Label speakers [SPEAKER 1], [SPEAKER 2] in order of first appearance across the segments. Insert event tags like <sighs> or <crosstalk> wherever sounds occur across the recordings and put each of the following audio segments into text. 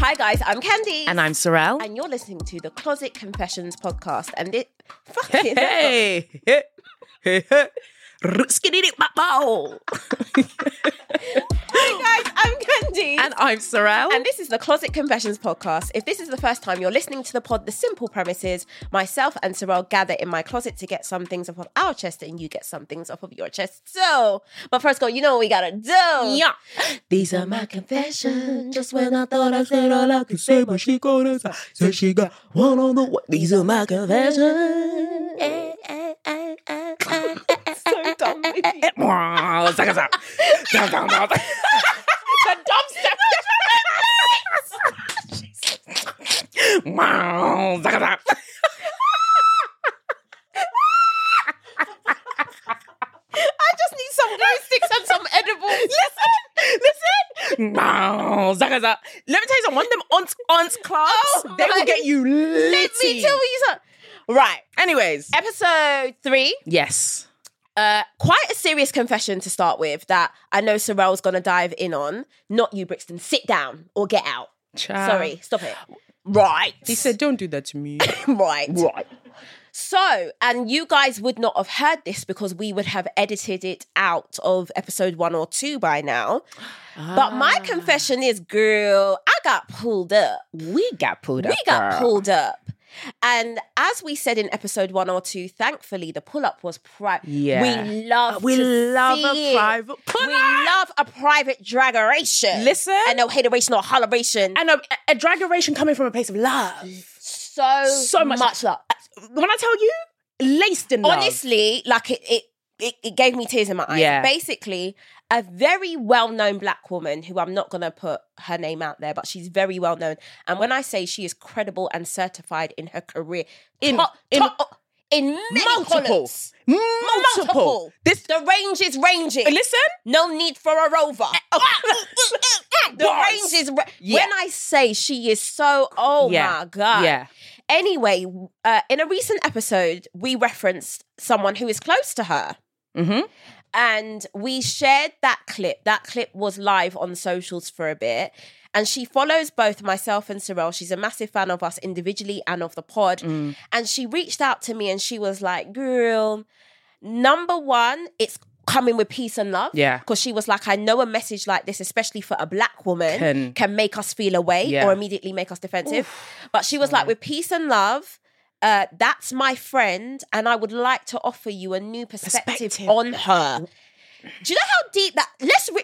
[SPEAKER 1] Hi guys, I'm Candy,
[SPEAKER 2] And I'm Sorel.
[SPEAKER 1] and you're listening to the Closet Confessions podcast. And it fucking
[SPEAKER 2] Hey, hey, hey, hey.
[SPEAKER 1] <laughs>
[SPEAKER 2] Skididididididididididididididididididididididididididididididididididididididididididididididididididididididididididididididididididididid.
[SPEAKER 1] Hi guys, I'm Candy,
[SPEAKER 2] And I'm Sorel.
[SPEAKER 1] And this is the Closet Confessions podcast. If this is the first time you're listening to the pod, the simple premise is myself and Sorrel gather in my closet to get some things off of our chest and you get some things off of your chest. So, but first, go, you know what we gotta do.
[SPEAKER 2] Yeah.
[SPEAKER 1] These are my confessions. Just when I thought I
[SPEAKER 2] said all I could say, but she called us. Said she got one on the way. These are my confessions.
[SPEAKER 1] so dumb with you. The dumb stuff. <laughs> I just need some glow sticks and some edibles. Listen, listen.
[SPEAKER 2] Zagaza. Let me tell you something. One of them aunts, aunts clubs,
[SPEAKER 1] Oh
[SPEAKER 2] they
[SPEAKER 1] my-
[SPEAKER 2] will get you litty.
[SPEAKER 1] Let me tell you something. Right,
[SPEAKER 2] Anyways.
[SPEAKER 1] episode three.
[SPEAKER 2] Yes.
[SPEAKER 1] Uh, quite a serious confession to start with that I know Sorrel's gonna dive in on. Not you, Brixton. Sit down or get out.
[SPEAKER 2] Child.
[SPEAKER 1] Sorry, stop it. Right.
[SPEAKER 2] Uh, He said, don't do that to me.
[SPEAKER 1] <laughs>
[SPEAKER 2] <laughs>
[SPEAKER 1] right.
[SPEAKER 2] right.
[SPEAKER 1] So, and you guys would not have heard this because we would have edited it out of episode one or two by now. But my
[SPEAKER 2] Ah.
[SPEAKER 1] confession is, girl, I got pulled up.
[SPEAKER 2] We got pulled up.
[SPEAKER 1] We got
[SPEAKER 2] girl.
[SPEAKER 1] pulled up. And as we said in episode one or two, thankfully the pull up was private.
[SPEAKER 2] Yeah.
[SPEAKER 1] We love
[SPEAKER 2] We
[SPEAKER 1] to
[SPEAKER 2] love
[SPEAKER 1] see
[SPEAKER 2] a
[SPEAKER 1] it.
[SPEAKER 2] private pull
[SPEAKER 1] We
[SPEAKER 2] up.
[SPEAKER 1] love a private dragoration.
[SPEAKER 2] Listen.
[SPEAKER 1] And no hateration or holleration.
[SPEAKER 2] And a, a dragoration coming from a place of love.
[SPEAKER 1] so,
[SPEAKER 2] so much-
[SPEAKER 1] love.
[SPEAKER 2] When I tell you, laced in love.
[SPEAKER 1] honestly, like it, it, it, it gave me tears in my eyes.
[SPEAKER 2] Yeah.
[SPEAKER 1] Basically, a very well known black woman who I'm not going to put her name out there, but she's very well known. And when I say she is credible and certified in her career,
[SPEAKER 2] In-
[SPEAKER 1] top-
[SPEAKER 2] in-
[SPEAKER 1] top- in many
[SPEAKER 2] multiple,
[SPEAKER 1] columns.
[SPEAKER 2] multiple.
[SPEAKER 1] Multiple.
[SPEAKER 2] This
[SPEAKER 1] The range is ranging.
[SPEAKER 2] listen.
[SPEAKER 1] No need for a
[SPEAKER 2] <laughs>
[SPEAKER 1] rover. <laughs> the
[SPEAKER 2] Bars.
[SPEAKER 1] range is. Ra-
[SPEAKER 2] Oh. Yeah.
[SPEAKER 1] When I say she is so, oh
[SPEAKER 2] Yeah.
[SPEAKER 1] my God.
[SPEAKER 2] Yeah.
[SPEAKER 1] Anyway, uh, in a recent episode, we referenced someone who is close to her.
[SPEAKER 2] Mhm.
[SPEAKER 1] And we shared that clip. That clip was live on socials for a bit. And she follows both myself and Sorrel. She's a massive fan of us individually and of the pod.
[SPEAKER 2] Mm.
[SPEAKER 1] And she reached out to me and she was like, girl, number one, it's coming with peace and love.
[SPEAKER 2] Yeah.
[SPEAKER 1] Because she was like, I know a message like this, especially for a black woman,
[SPEAKER 2] Can-
[SPEAKER 1] can, make us feel away
[SPEAKER 2] Yeah.
[SPEAKER 1] or immediately make us defensive. but she was like, with peace and love, uh, that's my friend, and I would like to offer you a new perspective,
[SPEAKER 2] Perspective.
[SPEAKER 1] on her. Do you know how deep that? Let's. Re-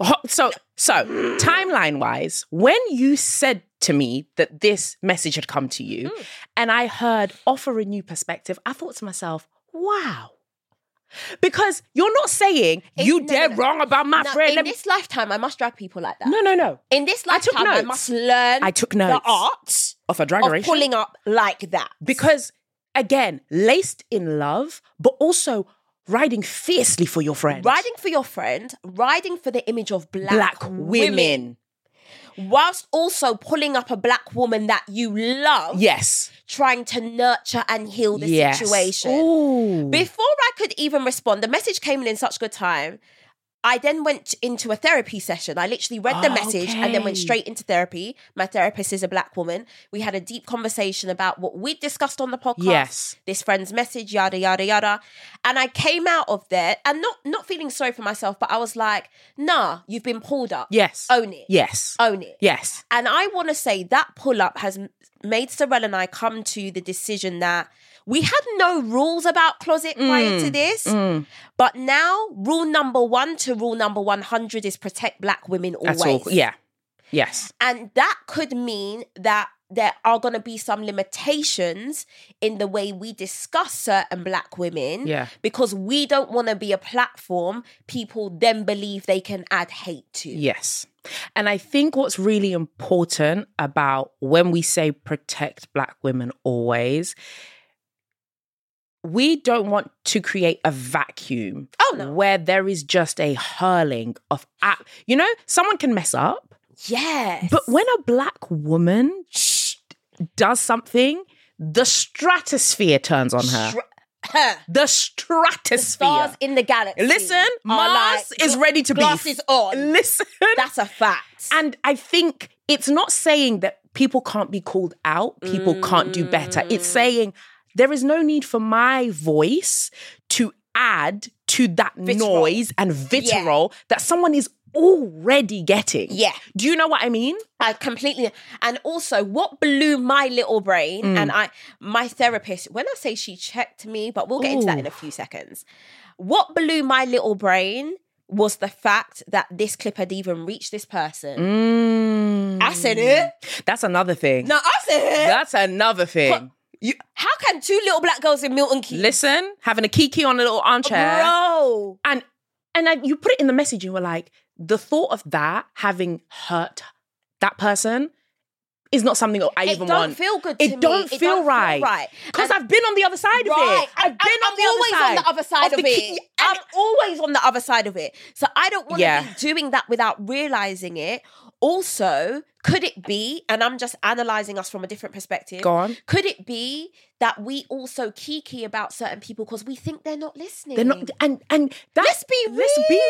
[SPEAKER 2] Ho- So, so timeline wise, when you said to me that this message had come to you,
[SPEAKER 1] Hmm.
[SPEAKER 2] and I heard offer a new perspective, I thought to myself, wow. Because you're not saying you
[SPEAKER 1] no,
[SPEAKER 2] dare
[SPEAKER 1] no, no.
[SPEAKER 2] wrong about my
[SPEAKER 1] Now,
[SPEAKER 2] friend.
[SPEAKER 1] in
[SPEAKER 2] Ah, Let me-
[SPEAKER 1] this lifetime, I must drag people like that.
[SPEAKER 2] no, no, no.
[SPEAKER 1] In this
[SPEAKER 2] I took
[SPEAKER 1] lifetime, I,
[SPEAKER 2] notes.
[SPEAKER 1] must learn.
[SPEAKER 2] I took notes.
[SPEAKER 1] the art
[SPEAKER 2] Of a
[SPEAKER 1] of
[SPEAKER 2] dragoration.
[SPEAKER 1] pulling up like that
[SPEAKER 2] because again, laced in love, but also riding fiercely for your friend.
[SPEAKER 1] riding for your friend, riding for the image of black,
[SPEAKER 2] Black women.
[SPEAKER 1] whilst also pulling up a black woman that you love.
[SPEAKER 2] Yes.
[SPEAKER 1] trying to nurture and heal the
[SPEAKER 2] yes.
[SPEAKER 1] situation.
[SPEAKER 2] Ooh.
[SPEAKER 1] Before I could even respond, the message came in in such good time. I then went into a therapy session. I literally read the
[SPEAKER 2] Oh,
[SPEAKER 1] message and then went
[SPEAKER 2] okay.
[SPEAKER 1] straight into therapy. My therapist is a black woman. We had a deep conversation about what we discussed on the podcast.
[SPEAKER 2] Yes.
[SPEAKER 1] This friend's message, yada yada yada. And I came out of there and not not feeling sorry for myself, but I was like, nah, you've been pulled up.
[SPEAKER 2] Yes.
[SPEAKER 1] Own it.
[SPEAKER 2] Yes.
[SPEAKER 1] Own it.
[SPEAKER 2] Yes.
[SPEAKER 1] And I want to say that pull up has m- made Sorel and I come to the decision that we had no rules about closet
[SPEAKER 2] Mm,
[SPEAKER 1] prior to this, but now rule number one to rule number 100 is protect black women always.
[SPEAKER 2] That's all. Yeah. Yes.
[SPEAKER 1] And that could mean that there are going to be some limitations in the way we discuss certain black women
[SPEAKER 2] Yeah.
[SPEAKER 1] because we don't want to be a platform people then believe they can add hate to.
[SPEAKER 2] Yes. And I think what's really important about when we say protect black women always, we don't want to create a vacuum
[SPEAKER 1] Oh, no.
[SPEAKER 2] where there is just a hurling of, app. you know, someone can mess up,
[SPEAKER 1] Yes.
[SPEAKER 2] but when a black woman sh- does something, the stratosphere turns on her. the stratosphere.
[SPEAKER 1] stars in the galaxy.
[SPEAKER 2] Listen,
[SPEAKER 1] are
[SPEAKER 2] Mars
[SPEAKER 1] like,
[SPEAKER 2] is
[SPEAKER 1] gl-
[SPEAKER 2] ready to be.
[SPEAKER 1] Glasses on.
[SPEAKER 2] <laughs> Listen.
[SPEAKER 1] That's a fact.
[SPEAKER 2] And I think it's not saying that people can't be called out, people can't do better. It's
[SPEAKER 1] Mm.
[SPEAKER 2] saying there is no need for my voice to add to that
[SPEAKER 1] Vitriol.
[SPEAKER 2] noise and vitriol that someone is already getting.
[SPEAKER 1] Yeah.
[SPEAKER 2] Do you know what I mean?
[SPEAKER 1] I completely and also what blew my little brain and
[SPEAKER 2] Mm.
[SPEAKER 1] I my therapist when I say she checked me but we'll get into that in a few seconds. What blew my little brain was the fact that this clip had even reached this person. I said it.
[SPEAKER 2] Mm. That's another thing.
[SPEAKER 1] No, I said it.
[SPEAKER 2] That's another thing. You,
[SPEAKER 1] How can two little black girls in Milton Keynes?
[SPEAKER 2] listen, having a kiki on a little armchair.
[SPEAKER 1] Bro.
[SPEAKER 2] and and I, you put it in the message and you were like the thought of that having hurt that person is not something i
[SPEAKER 1] It
[SPEAKER 2] even
[SPEAKER 1] don't
[SPEAKER 2] want
[SPEAKER 1] feel good to
[SPEAKER 2] it
[SPEAKER 1] me.
[SPEAKER 2] Don't
[SPEAKER 1] It
[SPEAKER 2] feel
[SPEAKER 1] don't feel
[SPEAKER 2] right
[SPEAKER 1] right.
[SPEAKER 2] because
[SPEAKER 1] And-
[SPEAKER 2] i've been on the other side of
[SPEAKER 1] Right.
[SPEAKER 2] it i've been
[SPEAKER 1] I'm
[SPEAKER 2] on the other
[SPEAKER 1] always
[SPEAKER 2] side
[SPEAKER 1] on the other side of,
[SPEAKER 2] the
[SPEAKER 1] it.
[SPEAKER 2] key-
[SPEAKER 1] I'm
[SPEAKER 2] and-
[SPEAKER 1] always on the other side of it. So I don't want to
[SPEAKER 2] Yeah.
[SPEAKER 1] be doing that without realizing it. Also, could it be, and I'm just analyzing us from a different perspective.
[SPEAKER 2] Go on.
[SPEAKER 1] Could it be that we also kiki about certain people because we think they're not listening?
[SPEAKER 2] they're not and and that,
[SPEAKER 1] Let's be real.
[SPEAKER 2] let's be,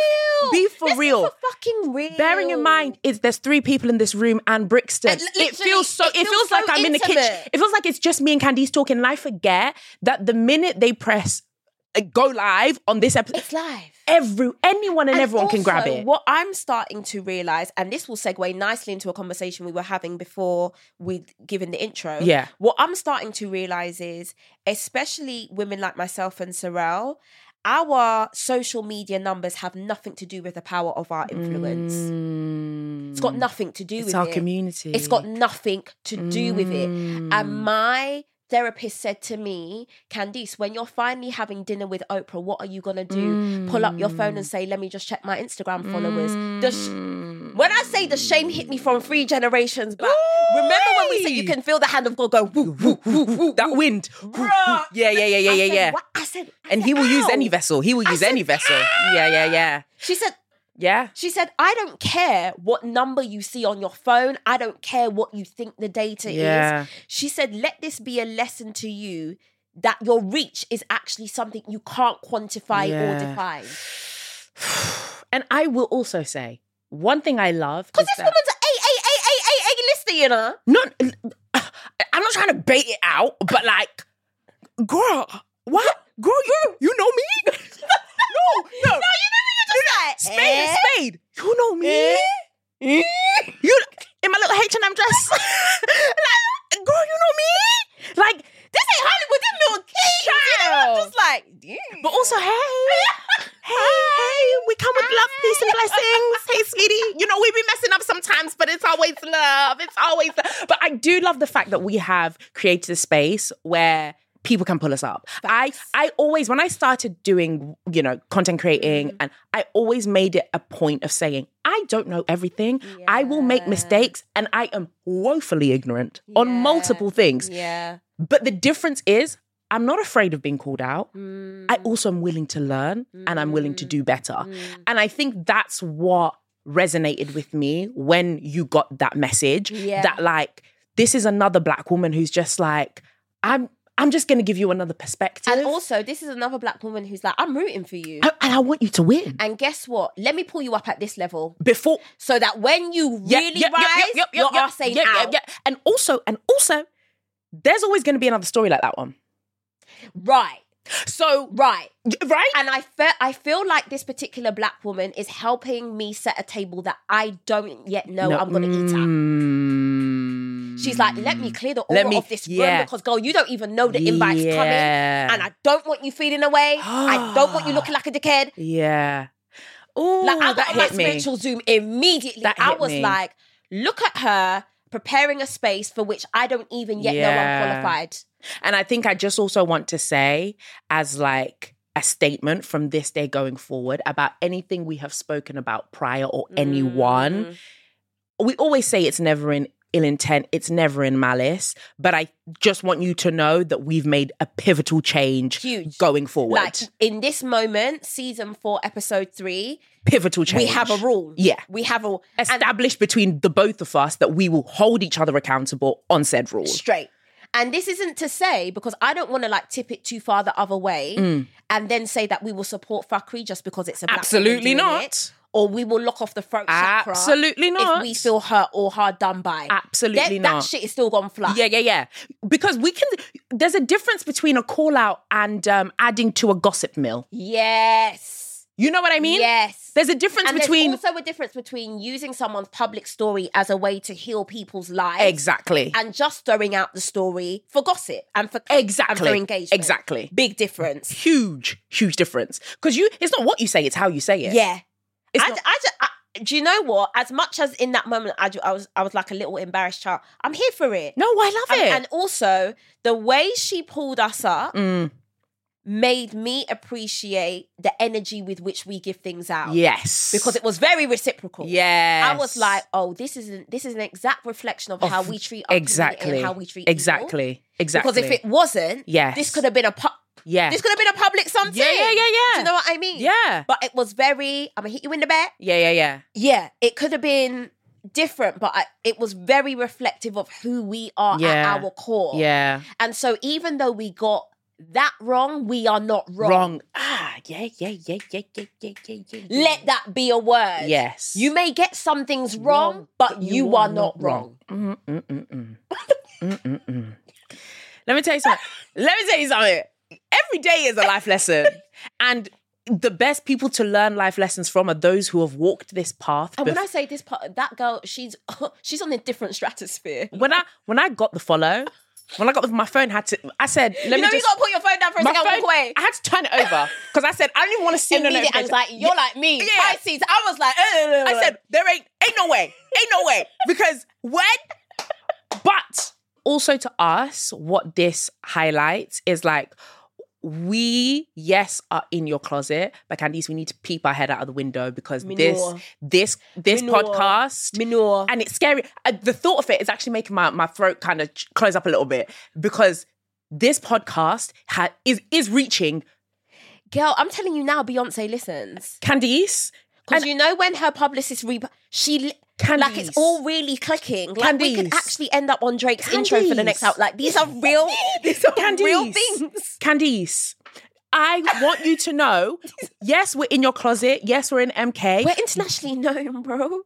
[SPEAKER 2] be for
[SPEAKER 1] Let's
[SPEAKER 2] real
[SPEAKER 1] Be for fucking real.
[SPEAKER 2] Bearing in mind, it's there's three people in this room and Brixton.
[SPEAKER 1] And l-
[SPEAKER 2] it
[SPEAKER 1] literally,
[SPEAKER 2] feels so.
[SPEAKER 1] it
[SPEAKER 2] It,
[SPEAKER 1] feels
[SPEAKER 2] feels,
[SPEAKER 1] so
[SPEAKER 2] like I'm in the kitchen.
[SPEAKER 1] intimate.
[SPEAKER 2] It feels like it's just me and Candice talking. And I forget that the minute they press uh, go live on this episode,
[SPEAKER 1] it's live.
[SPEAKER 2] every anyone and, everyone can grab
[SPEAKER 1] also,
[SPEAKER 2] it.
[SPEAKER 1] What I'm starting to realize, and this will segue nicely into a conversation we were having before we'd given the intro.
[SPEAKER 2] Yeah.
[SPEAKER 1] What I'm starting to realize is, especially women like myself and Sorrel, our social media numbers have nothing to do with the power of our influence. It's got nothing to do
[SPEAKER 2] Mm. It's
[SPEAKER 1] with
[SPEAKER 2] our
[SPEAKER 1] it.
[SPEAKER 2] community.
[SPEAKER 1] It's got nothing to do with it.
[SPEAKER 2] Mm.
[SPEAKER 1] And my therapist said to me, Candice, when you're finally having dinner with Oprah, what are you going to do? Pull up your phone
[SPEAKER 2] Mm.
[SPEAKER 1] and say, let me just check my Instagram followers. The
[SPEAKER 2] Mm.
[SPEAKER 1] sh- when I say the shame hit me from three generations back, remember when we said you
[SPEAKER 2] Ooh-wee.
[SPEAKER 1] can feel the hand of God go, woo, woo, woo, woo.
[SPEAKER 2] that wind.
[SPEAKER 1] Bruh.
[SPEAKER 2] Yeah, yeah, yeah, yeah,
[SPEAKER 1] I
[SPEAKER 2] yeah,
[SPEAKER 1] said,
[SPEAKER 2] yeah.
[SPEAKER 1] "What?" I said, I
[SPEAKER 2] And
[SPEAKER 1] said,
[SPEAKER 2] he will use
[SPEAKER 1] "Ow."
[SPEAKER 2] any vessel. He will
[SPEAKER 1] I
[SPEAKER 2] use
[SPEAKER 1] said,
[SPEAKER 2] any vessel. Yeah, yeah, yeah,
[SPEAKER 1] She said,
[SPEAKER 2] yeah.
[SPEAKER 1] She said, I don't care what number you see on your phone. I don't care what you think the data
[SPEAKER 2] Yeah.
[SPEAKER 1] is. She said, let this be a lesson to you that your reach is actually something you can't quantify or
[SPEAKER 2] Yeah.
[SPEAKER 1] define.
[SPEAKER 2] And I will also say one thing I love
[SPEAKER 1] Because
[SPEAKER 2] because
[SPEAKER 1] this woman's a A, A, A, A, A, A lister, you
[SPEAKER 2] <laughs>
[SPEAKER 1] know?
[SPEAKER 2] not. I'm not trying to bait it out, but like, girl, what? Girl, you, you know me? <laughs> no,
[SPEAKER 1] No, you
[SPEAKER 2] no,
[SPEAKER 1] know what you're just Eh? like.
[SPEAKER 2] Spade, spade. You know me. Eh?
[SPEAKER 1] <laughs>
[SPEAKER 2] You in my little H and M dress. <laughs> like, girl, you know me. Like,
[SPEAKER 1] This ain't Hollywood, this little kid. You know, I'm just like, "Damn."
[SPEAKER 2] but also, hey, hey, hey, we come with love, peace, and blessings. Hey, sweetie, you know we be messing up sometimes, but it's always love. It's always. Love. But I do love the fact that we have created a space where. People can pull us up. I I always when I started doing you know content creating and I always made it a point of saying I don't know everything. I will make mistakes and I am woefully ignorant on multiple things.
[SPEAKER 1] yeah.
[SPEAKER 2] But the difference is, I'm not afraid of being called out.
[SPEAKER 1] Mm.
[SPEAKER 2] I also am willing to learn and I'm willing to do better. And I think that's what resonated with me when you got that message
[SPEAKER 1] Yeah.
[SPEAKER 2] that, like, this is another black woman who's just like, I'm. I'm just going to give you another perspective.
[SPEAKER 1] And also, this is another black woman who's like, I'm rooting for you.
[SPEAKER 2] I- and I want you to win.
[SPEAKER 1] and guess what? Let me pull you up at this level.
[SPEAKER 2] Before
[SPEAKER 1] so that when you
[SPEAKER 2] Yeah,
[SPEAKER 1] really
[SPEAKER 2] yeah, yeah,
[SPEAKER 1] rise,
[SPEAKER 2] yeah, yeah, yeah,
[SPEAKER 1] you're
[SPEAKER 2] yeah,
[SPEAKER 1] saying
[SPEAKER 2] yeah, yeah,
[SPEAKER 1] out.
[SPEAKER 2] yeah. And also, and also, there's always going to be another story like that one.
[SPEAKER 1] Right,
[SPEAKER 2] So,
[SPEAKER 1] right.
[SPEAKER 2] right?
[SPEAKER 1] And I feel I feel like this particular black woman is helping me set a table that I don't yet know
[SPEAKER 2] No.
[SPEAKER 1] I'm gonna eat at.
[SPEAKER 2] Mm.
[SPEAKER 1] She's like, let me clear the
[SPEAKER 2] Let
[SPEAKER 1] aura
[SPEAKER 2] me-
[SPEAKER 1] of this room
[SPEAKER 2] yeah.
[SPEAKER 1] because, girl, you don't even know the invite's coming,
[SPEAKER 2] Yeah.
[SPEAKER 1] and I don't want you feeling away. I don't want you looking like a dickhead.
[SPEAKER 2] Yeah. Oh,
[SPEAKER 1] Like I
[SPEAKER 2] that
[SPEAKER 1] got on my
[SPEAKER 2] hit me.
[SPEAKER 1] spiritual zoom immediately.
[SPEAKER 2] That
[SPEAKER 1] I
[SPEAKER 2] hit
[SPEAKER 1] was
[SPEAKER 2] me.
[SPEAKER 1] like, look at her preparing a space for which I don't even yet know
[SPEAKER 2] Yeah.
[SPEAKER 1] I'm qualified.
[SPEAKER 2] And I think I just also want to say, as like a statement from this day going forward, about anything we have spoken about prior or anyone.
[SPEAKER 1] Mm.
[SPEAKER 2] We always say it's never in ill intent, it's never in malice. But I just want you to know that we've made a pivotal change
[SPEAKER 1] Huge.
[SPEAKER 2] going forward.
[SPEAKER 1] Like in this moment, season four, episode three,
[SPEAKER 2] pivotal change.
[SPEAKER 1] we have a rule.
[SPEAKER 2] Yeah.
[SPEAKER 1] We have a and
[SPEAKER 2] Established between the both of us that we will hold each other accountable on said rule.
[SPEAKER 1] straight. And this isn't to say because I don't want to like tip it too far the other way
[SPEAKER 2] Mm.
[SPEAKER 1] and then say that we will support fuckery just because it's a black woman
[SPEAKER 2] Absolutely
[SPEAKER 1] doing
[SPEAKER 2] not.
[SPEAKER 1] it, or we will lock off the throat chakra.
[SPEAKER 2] Absolutely
[SPEAKER 1] If
[SPEAKER 2] not.
[SPEAKER 1] we feel hurt or hard done by.
[SPEAKER 2] Absolutely
[SPEAKER 1] That-
[SPEAKER 2] not.
[SPEAKER 1] That shit is still gone fly.
[SPEAKER 2] Yeah, yeah, yeah. Because we can. There's a difference between a call out and um, adding to a gossip mill.
[SPEAKER 1] Yes.
[SPEAKER 2] You know what I mean?
[SPEAKER 1] Yes.
[SPEAKER 2] There's a difference
[SPEAKER 1] And
[SPEAKER 2] between
[SPEAKER 1] there's also a difference between using someone's public story as a way to heal people's lives.
[SPEAKER 2] exactly.
[SPEAKER 1] and just throwing out the story for gossip and for and
[SPEAKER 2] Exactly.
[SPEAKER 1] for engagement.
[SPEAKER 2] Exactly.
[SPEAKER 1] Big difference.
[SPEAKER 2] huge, huge difference. Because you, it's not what you say; it's how you say it.
[SPEAKER 1] Yeah.
[SPEAKER 2] It's
[SPEAKER 1] I,
[SPEAKER 2] not-
[SPEAKER 1] I, ju- I- do you know what? As much as in that moment, I, ju- I was I was like a little embarrassed child. I'm here for it.
[SPEAKER 2] No, I love
[SPEAKER 1] and,
[SPEAKER 2] it.
[SPEAKER 1] and also the way she pulled us up
[SPEAKER 2] Mm.
[SPEAKER 1] made me appreciate the energy with which we give things out.
[SPEAKER 2] yes,
[SPEAKER 1] because it was very reciprocal.
[SPEAKER 2] Yes,
[SPEAKER 1] I was like, oh, this isn't this is an exact reflection of, how we treat our community
[SPEAKER 2] exactly
[SPEAKER 1] and how we treat people.
[SPEAKER 2] exactly exactly
[SPEAKER 1] Because if it wasn't,
[SPEAKER 2] Yes.
[SPEAKER 1] this could have been a pu-
[SPEAKER 2] yeah
[SPEAKER 1] this could have been a public something.
[SPEAKER 2] Yeah, yeah, yeah, yeah.
[SPEAKER 1] Do you know what I mean?
[SPEAKER 2] yeah
[SPEAKER 1] But it was very. I'm gonna hit you in the back.
[SPEAKER 2] yeah yeah yeah
[SPEAKER 1] Yeah, it could have been different, but I, it was very reflective of who we are
[SPEAKER 2] Yeah.
[SPEAKER 1] at our core.
[SPEAKER 2] yeah
[SPEAKER 1] And so, even though we got that wrong, we are not wrong.
[SPEAKER 2] wrong. ah yeah yeah yeah yeah yeah yeah yeah yeah
[SPEAKER 1] Let that be a word.
[SPEAKER 2] Yes.
[SPEAKER 1] You may get some things wrong, but you, are, not wrong.
[SPEAKER 2] Let me tell
[SPEAKER 1] <laughs>
[SPEAKER 2] you something. Let me tell you something. Every day is a life lesson. And the best people to learn life lessons from are those who have walked this path.
[SPEAKER 1] And when
[SPEAKER 2] bef-
[SPEAKER 1] I say this part, that girl, she's <laughs> she's on a different stratosphere.
[SPEAKER 2] when I when I got the follow, when I got the, my phone had to I said, let
[SPEAKER 1] you
[SPEAKER 2] me
[SPEAKER 1] know, you
[SPEAKER 2] just
[SPEAKER 1] gotta put your phone down for a
[SPEAKER 2] my
[SPEAKER 1] second,
[SPEAKER 2] phone,
[SPEAKER 1] walk away.
[SPEAKER 2] I had to turn it over because I said I don't even want to see no
[SPEAKER 1] Immediate
[SPEAKER 2] notification.
[SPEAKER 1] anxiety. You're like me.
[SPEAKER 2] Yeah.
[SPEAKER 1] Pisces. I was like, <laughs> "Ugh."
[SPEAKER 2] I said, there ain't ain't no way. Ain't no <laughs> way. Because when but also to us, what this highlights is like we yes are in your closet, but Candice, we need to peep our head out of the window because
[SPEAKER 1] Manure.
[SPEAKER 2] this this this
[SPEAKER 1] Manure.
[SPEAKER 2] podcast
[SPEAKER 1] manure.
[SPEAKER 2] and it's scary. Uh, the thought of it is actually making my, my throat kind of ch- close up a little bit because this podcast ha- is is reaching
[SPEAKER 1] Girl, I'm telling you now, Beyonce listens.
[SPEAKER 2] Candice.
[SPEAKER 1] Because you know when her publicist re she li-
[SPEAKER 2] Candice.
[SPEAKER 1] like it's all really clicking. Like we could
[SPEAKER 2] Candice.
[SPEAKER 1] actually end up on Drake's intro for the next
[SPEAKER 2] Candice.
[SPEAKER 1] out. Like these are
[SPEAKER 2] <laughs>
[SPEAKER 1] real <laughs> these are real
[SPEAKER 2] Candice.
[SPEAKER 1] things.
[SPEAKER 2] Candice, I want you
[SPEAKER 1] <laughs>
[SPEAKER 2] to know. Yes, we're in your closet. Yes, we're in MK.
[SPEAKER 1] We're internationally known, bro.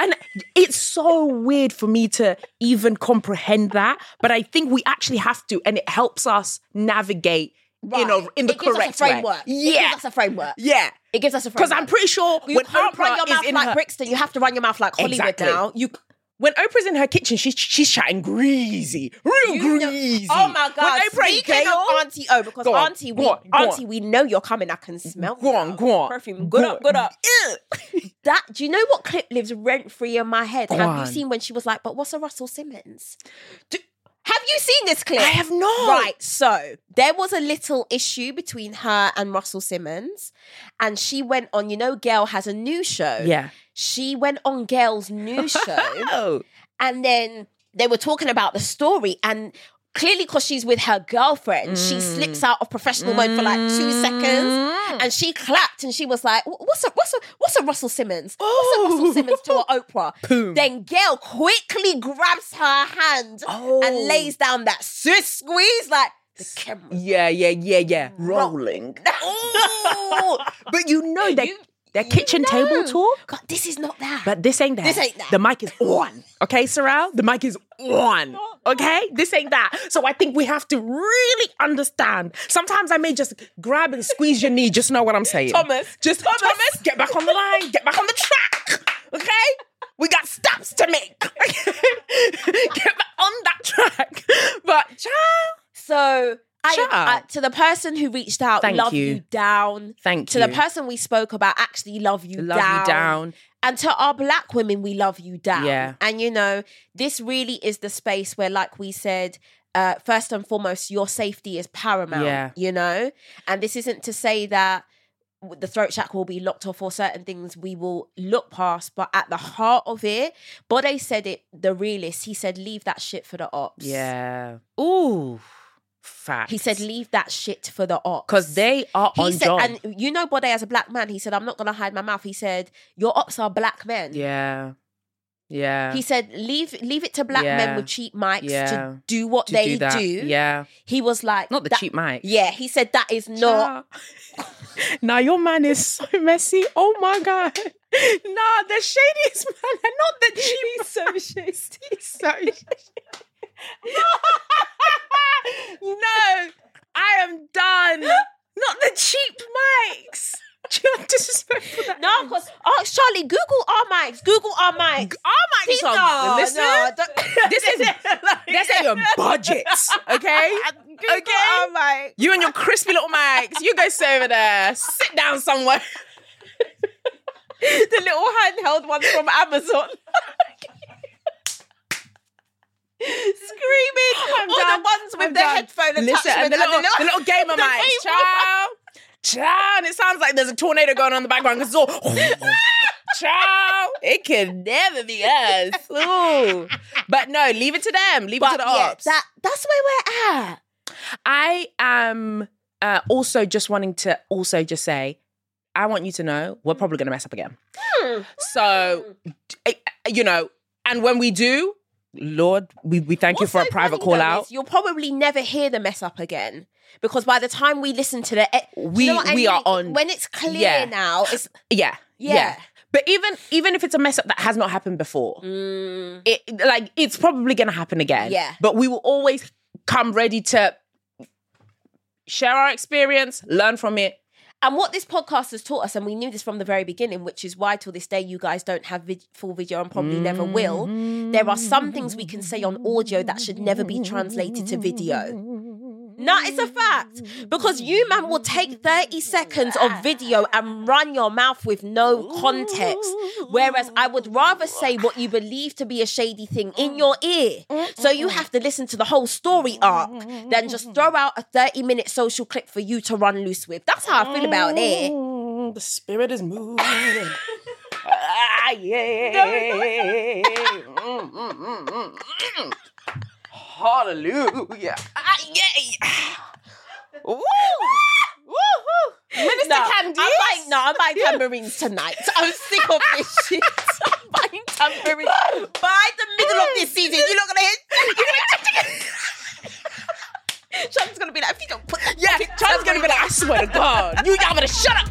[SPEAKER 2] And it's so weird for me to even comprehend that, but I think we actually have to, and it helps us navigate in, a,
[SPEAKER 1] Right.
[SPEAKER 2] in the
[SPEAKER 1] it gives
[SPEAKER 2] correct
[SPEAKER 1] us a framework.
[SPEAKER 2] way.
[SPEAKER 1] It
[SPEAKER 2] Yeah,
[SPEAKER 1] gives us a framework.
[SPEAKER 2] yeah.
[SPEAKER 1] It gives us a framework.
[SPEAKER 2] Because I'm pretty sure
[SPEAKER 1] you
[SPEAKER 2] when
[SPEAKER 1] can't run
[SPEAKER 2] Oprah
[SPEAKER 1] your
[SPEAKER 2] is
[SPEAKER 1] mouth
[SPEAKER 2] in
[SPEAKER 1] like
[SPEAKER 2] her,
[SPEAKER 1] Brixton, you have to run your mouth like Hollywood
[SPEAKER 2] Exactly.
[SPEAKER 1] now. You
[SPEAKER 2] when Oprah's in her kitchen, she's she's chatting greasy, real
[SPEAKER 1] You know-
[SPEAKER 2] greasy.
[SPEAKER 1] oh my god!
[SPEAKER 2] When Oprah in
[SPEAKER 1] Speaking
[SPEAKER 2] jail,
[SPEAKER 1] of Auntie O, because
[SPEAKER 2] Go on,
[SPEAKER 1] Auntie,
[SPEAKER 2] go
[SPEAKER 1] we,
[SPEAKER 2] on, go
[SPEAKER 1] Auntie,
[SPEAKER 2] on.
[SPEAKER 1] we know you're coming. I can smell.
[SPEAKER 2] Go
[SPEAKER 1] you
[SPEAKER 2] on,
[SPEAKER 1] now.
[SPEAKER 2] go on.
[SPEAKER 1] Perfume, good
[SPEAKER 2] Go
[SPEAKER 1] up, good
[SPEAKER 2] on. <laughs>
[SPEAKER 1] up. Ew. that do you know what clip lives rent free in my head? have you
[SPEAKER 2] on.
[SPEAKER 1] seen when she was like, "But what's a Russell Simmons"? Do- have you seen this clip?
[SPEAKER 2] I have not.
[SPEAKER 1] Right. So there was a little issue between her and Russell Simmons, and she went on. You know, Gail has a new show.
[SPEAKER 2] Yeah.
[SPEAKER 1] She went on Gail's
[SPEAKER 2] <laughs>
[SPEAKER 1] new show
[SPEAKER 2] Oh,
[SPEAKER 1] and then they were talking about the story and clearly because she's with her girlfriend she
[SPEAKER 2] Mm.
[SPEAKER 1] slips out of professional mode for like two seconds and she clapped and she was like "Wh- what's a what's a what's a russell simmons what's a russell
[SPEAKER 2] Oh.
[SPEAKER 1] simmons
[SPEAKER 2] <laughs>
[SPEAKER 1] to an oprah then gail quickly grabs her hand and
[SPEAKER 2] Oh.
[SPEAKER 1] lays down that sis squeeze like the camera
[SPEAKER 2] yeah, yeah, yeah, yeah. Rolling. <laughs>
[SPEAKER 1] <laughs> Ooh.
[SPEAKER 2] but you <laughs> know that
[SPEAKER 1] You-
[SPEAKER 2] their
[SPEAKER 1] you
[SPEAKER 2] kitchen
[SPEAKER 1] know.
[SPEAKER 2] table talk.
[SPEAKER 1] Oh. God, this is not that
[SPEAKER 2] But this ain't that.
[SPEAKER 1] This ain't that.
[SPEAKER 2] The mic is
[SPEAKER 1] <laughs>
[SPEAKER 2] on. Okay, Sorrel? The mic is on. Okay? This ain't that. So I think we have to really understand. Sometimes I may just grab and squeeze your knee. Just know what I'm saying.
[SPEAKER 1] Thomas.
[SPEAKER 2] Just Thomas. get back on the line. Get back on the track. Okay? We got stops to make. <laughs> get back on that track. But child.
[SPEAKER 1] So
[SPEAKER 2] Shut
[SPEAKER 1] I,
[SPEAKER 2] up.
[SPEAKER 1] I- to the person who reached out,
[SPEAKER 2] Thank
[SPEAKER 1] love you,
[SPEAKER 2] you.
[SPEAKER 1] down.
[SPEAKER 2] Thank
[SPEAKER 1] to
[SPEAKER 2] you.
[SPEAKER 1] the person we spoke about, actually love you
[SPEAKER 2] Love
[SPEAKER 1] down.
[SPEAKER 2] you down.
[SPEAKER 1] And to our black women, we love you down.
[SPEAKER 2] Yeah.
[SPEAKER 1] And you know, this really is the space where, like we said, uh, first and foremost, your safety is paramount.
[SPEAKER 2] Yeah.
[SPEAKER 1] You know? And this isn't to say that w- the throat shack will be locked off or certain things we will look past, but at the heart of it, Bode said it, the realist, he said, leave that shit for the ops.
[SPEAKER 2] Yeah. Ooh. Fact.
[SPEAKER 1] He said, leave that shit for the ops.
[SPEAKER 2] because they are
[SPEAKER 1] He
[SPEAKER 2] on
[SPEAKER 1] said,
[SPEAKER 2] job.
[SPEAKER 1] and you know, Bode as a black man, he said, I'm not going to hide my mouth. He said, Your ops are black men.
[SPEAKER 2] yeah. Yeah.
[SPEAKER 1] He said, Leave leave it to black men
[SPEAKER 2] Yeah.
[SPEAKER 1] with cheap mics
[SPEAKER 2] Yeah.
[SPEAKER 1] to do what
[SPEAKER 2] To
[SPEAKER 1] they
[SPEAKER 2] do
[SPEAKER 1] do.
[SPEAKER 2] that. Yeah.
[SPEAKER 1] He was like,
[SPEAKER 2] Not the
[SPEAKER 1] "That-
[SPEAKER 2] cheap mic.
[SPEAKER 1] Yeah. He said, That is not.
[SPEAKER 2] <laughs> now your man is so messy. Oh my god. <laughs> Nah, the shadiest <laughs> man, and not the cheap. He's so shady. <laughs> He's so <laughs> no, I am
[SPEAKER 1] <laughs>
[SPEAKER 2] done. Not the cheap mics. Do you know how disrespectful that
[SPEAKER 1] No, because, oh, Charlie, Google our mics. Google our mics.
[SPEAKER 2] Our mics
[SPEAKER 1] These
[SPEAKER 2] are-
[SPEAKER 1] are-
[SPEAKER 2] listen,
[SPEAKER 1] no, don't- <laughs>
[SPEAKER 2] <laughs> this is that's at your budget, <laughs> okay?
[SPEAKER 1] Google
[SPEAKER 2] okay,
[SPEAKER 1] our mics.
[SPEAKER 2] you and your crispy little mics. You go sit over there. Sit down somewhere.
[SPEAKER 1] the little handheld ones from Amazon. Screaming. All the
[SPEAKER 2] done.
[SPEAKER 1] ones with
[SPEAKER 2] <laughs> I'm
[SPEAKER 1] the
[SPEAKER 2] done.
[SPEAKER 1] headphone
[SPEAKER 2] Listen,
[SPEAKER 1] attachment
[SPEAKER 2] and the little, the little gamer
[SPEAKER 1] the
[SPEAKER 2] mics.
[SPEAKER 1] game-
[SPEAKER 2] Ciao. Ciao. And it sounds like there's a tornado going on in the background because it's <laughs> all. Ciao. It can never be us. Ooh. But no, leave it to them. Leave it to
[SPEAKER 1] But
[SPEAKER 2] the
[SPEAKER 1] yeah,
[SPEAKER 2] ops.
[SPEAKER 1] that, that's where we're at.
[SPEAKER 2] I am uh, also just wanting to also just say, I want you to know we're probably going to mess up again.
[SPEAKER 1] Hmm.
[SPEAKER 2] So, d- you know, and when we do, Lord, we, we thank you
[SPEAKER 1] What's
[SPEAKER 2] for a
[SPEAKER 1] so
[SPEAKER 2] private
[SPEAKER 1] funny,
[SPEAKER 2] call
[SPEAKER 1] though,
[SPEAKER 2] out.
[SPEAKER 1] is You'll probably never hear the mess up again because by the time we listen to the, e- do you
[SPEAKER 2] We-
[SPEAKER 1] know what I
[SPEAKER 2] we are
[SPEAKER 1] mean?
[SPEAKER 2] on-
[SPEAKER 1] When it's clear
[SPEAKER 2] Yeah.
[SPEAKER 1] now, it's
[SPEAKER 2] Yeah, yeah.
[SPEAKER 1] Yeah.
[SPEAKER 2] But even even if it's a mess up that has not happened before, it like it's probably going to happen again.
[SPEAKER 1] Hmm. Yeah.
[SPEAKER 2] But we will always come ready to share our experience, learn from it.
[SPEAKER 1] and what this podcast has taught us, and we knew this from the very beginning, which is why till this day you guys don't have vid- full video and probably never will. There are some things we can say on audio that should never be translated to video. No, it's a fact because you man will take thirty seconds of video and run your mouth with no context. Whereas I would rather say what you believe to be a shady thing in your ear, so you have to listen to the whole story arc, than just throw out a thirty-minute social clip for you to run loose with. That's how I feel about it.
[SPEAKER 2] Mm, the spirit is moving. <laughs> ah, yeah. Mm, mm, mm, mm, mm. Hallelujah. Ah, yeah. Woo! Woo-hoo. Minister
[SPEAKER 1] No,
[SPEAKER 2] Candice.
[SPEAKER 1] I'm buying, no, I'm buying tambourines tonight. I'm sick of this shit. I'm buying <laughs> tambourines. By the middle of this season, you're not gonna hit. You're <laughs> gonna. Trump's gonna be like, if you don't put.
[SPEAKER 2] Yeah, Charles gonna be like, I swear to God, <laughs> you y'all better shut up.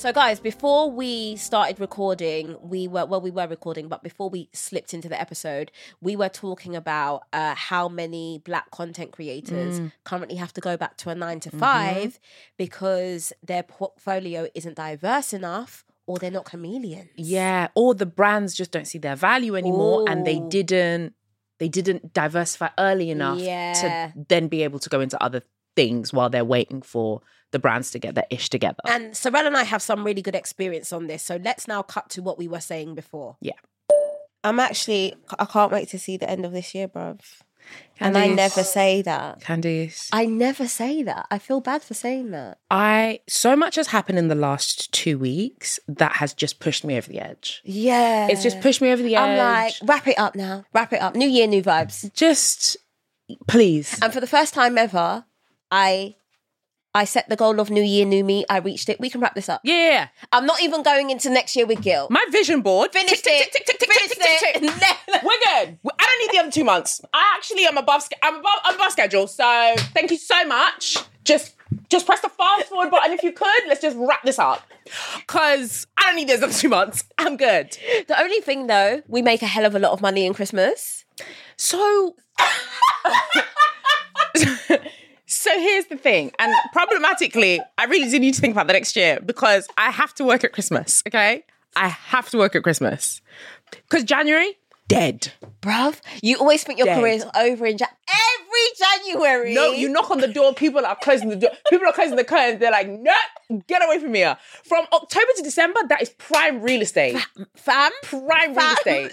[SPEAKER 1] So, guys, before we started recording, we were well, we were recording, but before we slipped into the episode, we were talking about uh, how many black content creators currently have to go back to a nine to 5 because their portfolio isn't diverse enough or they're not chameleons.
[SPEAKER 2] Yeah, or the brands just don't see their value anymore, and they
[SPEAKER 1] Ooh.
[SPEAKER 2] didn't they didn't diversify early enough
[SPEAKER 1] Yeah.
[SPEAKER 2] to then be able to go into other things while they're waiting for the brands to get their ish together.
[SPEAKER 1] And Sorel and I have some really good experience on this. So let's now cut to what we were saying before.
[SPEAKER 2] Yeah.
[SPEAKER 1] I'm actually, I can't wait to see the end of this year, bruv. And I never say that.
[SPEAKER 2] Candice.
[SPEAKER 1] I never say that. I feel bad for saying that.
[SPEAKER 2] I so much has happened in the last two weeks that has just pushed me over the edge.
[SPEAKER 1] Yeah.
[SPEAKER 2] It's just pushed me over the edge.
[SPEAKER 1] I'm like, wrap it up now. Wrap it up. New year, new vibes.
[SPEAKER 2] just please.
[SPEAKER 1] And for the first time ever, I I set the goal of new year, new me. I reached it. We can wrap this up.
[SPEAKER 2] Yeah.
[SPEAKER 1] I'm not even going into next year with guilt.
[SPEAKER 2] My vision board.
[SPEAKER 1] Finished
[SPEAKER 2] Tick,
[SPEAKER 1] it.
[SPEAKER 2] tick, tick, tick, tick,
[SPEAKER 1] Finished
[SPEAKER 2] tick, tick, tick, tick.
[SPEAKER 1] <laughs> it.
[SPEAKER 2] We're good. I don't need the other two months. I actually am above. sch- I'm above. I'm above schedule. So thank you so much. Just, just press the fast forward button if you could. Let's just wrap this up. Cause I don't need those other two months. I'm good.
[SPEAKER 1] The only thing though, we make a hell of a lot of money in Christmas.
[SPEAKER 2] So. So here's the thing, and problematically, I really do need to think about the next year because I have to work at Christmas, okay? I have to work at Christmas. Because January, dead.
[SPEAKER 1] Bruv, you always think your
[SPEAKER 2] Dead.
[SPEAKER 1] career is over in Jan- every January.
[SPEAKER 2] No, you knock on the door, people are closing the door, people are closing the curtains, they're like, no, get away from here. From October to December, that is prime real estate.
[SPEAKER 1] fam.
[SPEAKER 2] Prime
[SPEAKER 1] Fam. <laughs>
[SPEAKER 2] real estate.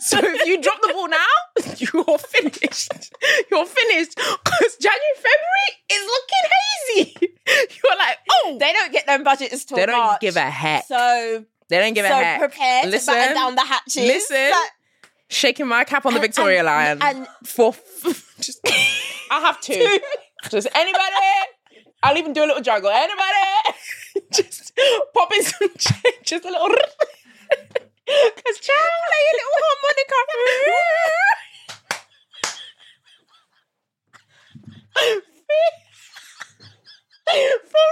[SPEAKER 2] So if you drop the ball now, <laughs> you're finished. You're finished. Because January, February is looking hazy. <laughs> You're like, oh,
[SPEAKER 1] They don't get them budgets till
[SPEAKER 2] They don't
[SPEAKER 1] March.
[SPEAKER 2] give a heck.
[SPEAKER 1] So
[SPEAKER 2] They don't give
[SPEAKER 1] so
[SPEAKER 2] a heck.
[SPEAKER 1] prepare to batten down the hatches.
[SPEAKER 2] Listen,
[SPEAKER 1] Like-
[SPEAKER 2] shaking my cap on the
[SPEAKER 1] And-
[SPEAKER 2] Victoria
[SPEAKER 1] and-
[SPEAKER 2] line.
[SPEAKER 1] and-
[SPEAKER 2] for f- <laughs> just, I have two. just anybody. I'll even do a little juggle. Anybody? <laughs> just pop in some change. Just a little. <laughs> Cause child, play a little harmonica.
[SPEAKER 1] <laughs>
[SPEAKER 2] <laughs> For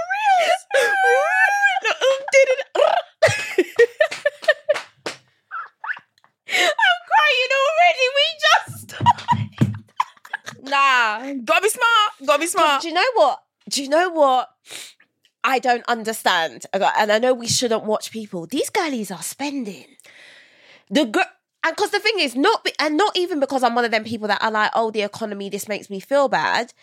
[SPEAKER 2] <laughs> real. <laughs> I'm crying already. We just Nah. Gotta be smart. Gotta be smart.
[SPEAKER 1] do you know what? Do you know what? I don't understand. I got- And I know we shouldn't watch people. These girlies are spending. The girl. And because the thing is, not be- and not even because I'm one of them people that are like, oh, the economy, this makes me feel bad.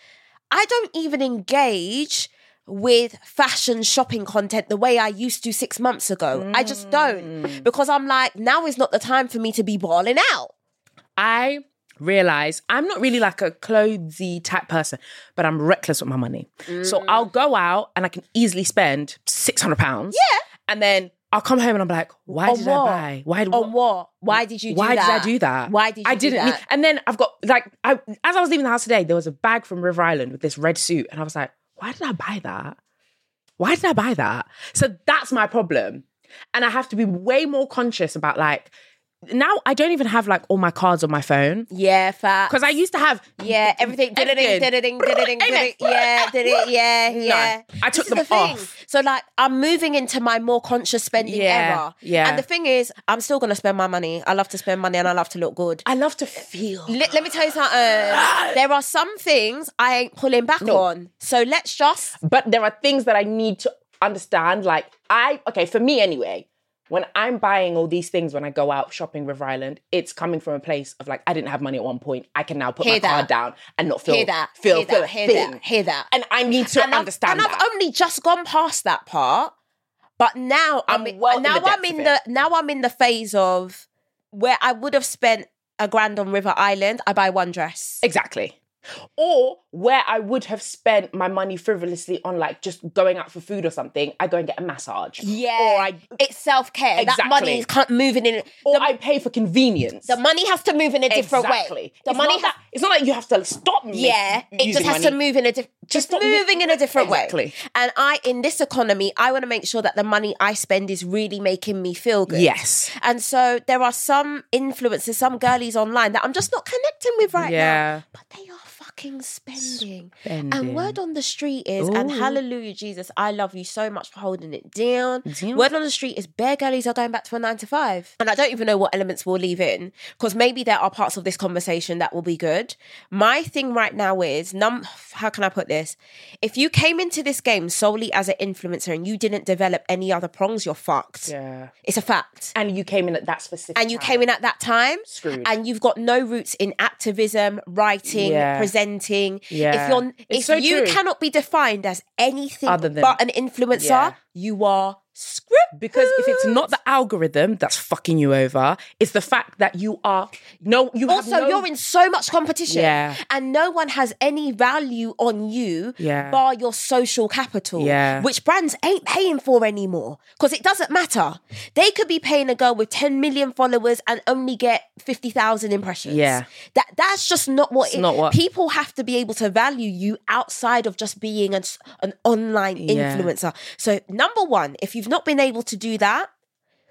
[SPEAKER 1] I don't even engage with fashion shopping content the way I used to six months ago. I just
[SPEAKER 2] Mm.
[SPEAKER 1] don't because I'm like, now is not the time for me to be balling out.
[SPEAKER 2] I realize I'm not really like a clothesy type person, but I'm reckless with my money. So I'll go out and I can easily spend six hundred pounds. Yeah. And then I'll come home and I'm like, why
[SPEAKER 1] On
[SPEAKER 2] did
[SPEAKER 1] what?
[SPEAKER 2] I buy? Why did
[SPEAKER 1] On what? Why did you? Do
[SPEAKER 2] why
[SPEAKER 1] that?
[SPEAKER 2] did I do that?
[SPEAKER 1] Why did you
[SPEAKER 2] I
[SPEAKER 1] do
[SPEAKER 2] didn't? need-
[SPEAKER 1] that?
[SPEAKER 2] and then I've got like I as I was leaving the house today, there was a bag from River Island with this red suit, and I was like, why did I buy that? Why did I buy that? So that's my problem, and I have to be way more conscious about like now I don't even have like all my cards on my phone
[SPEAKER 1] Yeah, fat.
[SPEAKER 2] because I used to have
[SPEAKER 1] Yeah, everything. Did it,
[SPEAKER 2] Everything.
[SPEAKER 1] did it, did it,
[SPEAKER 2] <laughs>
[SPEAKER 1] did
[SPEAKER 2] Amen.
[SPEAKER 1] it. Yeah, did it. Yeah,
[SPEAKER 2] No,
[SPEAKER 1] yeah.
[SPEAKER 2] I
[SPEAKER 1] This
[SPEAKER 2] took
[SPEAKER 1] is
[SPEAKER 2] them
[SPEAKER 1] the thing.
[SPEAKER 2] off.
[SPEAKER 1] So like, I'm moving into my more conscious spending
[SPEAKER 2] Yeah,
[SPEAKER 1] era.
[SPEAKER 2] yeah.
[SPEAKER 1] And the thing is, I'm still gonna spend my money. I love to spend money, and I love to look good.
[SPEAKER 2] I love to feel.
[SPEAKER 1] Let, let me tell you
[SPEAKER 2] <gasps>
[SPEAKER 1] something. There are some things I ain't pulling back on. So let's just.
[SPEAKER 2] but there are things that I need to understand. Like I, okay, for me anyway, when I'm buying all these things when I go out shopping River Island, it's coming from a place of like I didn't have money at one point. I can now put my
[SPEAKER 1] Hear that.
[SPEAKER 2] card down and not feel
[SPEAKER 1] Hear that.
[SPEAKER 2] feel
[SPEAKER 1] hear
[SPEAKER 2] feel
[SPEAKER 1] that.
[SPEAKER 2] a
[SPEAKER 1] Hear
[SPEAKER 2] thing.
[SPEAKER 1] that. Hear that.
[SPEAKER 2] And I need to
[SPEAKER 1] and
[SPEAKER 2] understand
[SPEAKER 1] I've, and
[SPEAKER 2] that.
[SPEAKER 1] I've only just gone past that part, but now I'm,
[SPEAKER 2] I'm
[SPEAKER 1] in-
[SPEAKER 2] well in
[SPEAKER 1] now
[SPEAKER 2] the depths
[SPEAKER 1] I'm in
[SPEAKER 2] of
[SPEAKER 1] the
[SPEAKER 2] it.
[SPEAKER 1] now I'm in the phase of where I would have spent a grand on River Island. I buy one dress.
[SPEAKER 2] Exactly. Or where I would have spent my money frivolously on like just going out for food or something, I go and get a massage. Or I
[SPEAKER 1] it's self care. That
[SPEAKER 2] Exactly.
[SPEAKER 1] money is can't moving in.
[SPEAKER 2] or
[SPEAKER 1] The,
[SPEAKER 2] I pay for convenience.
[SPEAKER 1] the money has to move in a different
[SPEAKER 2] exactly.
[SPEAKER 1] way. The
[SPEAKER 2] it's
[SPEAKER 1] money
[SPEAKER 2] not
[SPEAKER 1] has
[SPEAKER 2] that, it's not like you have to stop me.
[SPEAKER 1] yeah, it just
[SPEAKER 2] using
[SPEAKER 1] has to
[SPEAKER 2] money.
[SPEAKER 1] move in a different. Just
[SPEAKER 2] stop
[SPEAKER 1] moving in a different way.
[SPEAKER 2] Exactly.
[SPEAKER 1] And I, in this economy, I want to make sure that the money I spend is really making me feel good.
[SPEAKER 2] Yes.
[SPEAKER 1] And so there are some influencers, some girlies online that I'm just not connecting with right
[SPEAKER 2] Yeah.
[SPEAKER 1] now. But they are fucking spending. And
[SPEAKER 2] Spending.
[SPEAKER 1] word on the street is, and
[SPEAKER 2] Ooh.
[SPEAKER 1] hallelujah, Jesus, I love you so much for holding it down. Word on the street is bare girlies are going back to a nine to five. And I don't even know what elements we'll leave in because maybe there are parts of this conversation that will be good. My thing right now is, num- how can I put this? If you came into this game solely as an influencer and you didn't develop any other prongs, you're fucked.
[SPEAKER 2] Yeah.
[SPEAKER 1] It's a fact
[SPEAKER 2] And you came in at that specific
[SPEAKER 1] and you came in at that time
[SPEAKER 2] Screwed.
[SPEAKER 1] and you've got no roots in activism writing
[SPEAKER 2] Yeah.
[SPEAKER 1] presenting
[SPEAKER 2] Yeah.
[SPEAKER 1] if you're
[SPEAKER 2] It's
[SPEAKER 1] if
[SPEAKER 2] so
[SPEAKER 1] you
[SPEAKER 2] true.
[SPEAKER 1] cannot be defined as anything
[SPEAKER 2] Other than-
[SPEAKER 1] but an influencer
[SPEAKER 2] Yeah.
[SPEAKER 1] you are Script.
[SPEAKER 2] Because if it's not the algorithm that's fucking you over, it's the fact that you are no you have
[SPEAKER 1] also
[SPEAKER 2] no-
[SPEAKER 1] you're in so much competition
[SPEAKER 2] Yeah.
[SPEAKER 1] and no one has any value on you
[SPEAKER 2] Yeah.
[SPEAKER 1] bar your social capital
[SPEAKER 2] Yeah.
[SPEAKER 1] which brands ain't paying for anymore because it doesn't matter they could be paying a girl with 10 million followers and only get 50,000 impressions
[SPEAKER 2] Yeah.
[SPEAKER 1] that that's just not what
[SPEAKER 2] It's not what-
[SPEAKER 1] people have to be able to value you outside of just being an, an online
[SPEAKER 2] Yeah.
[SPEAKER 1] influencer so number one if you've not been able to do that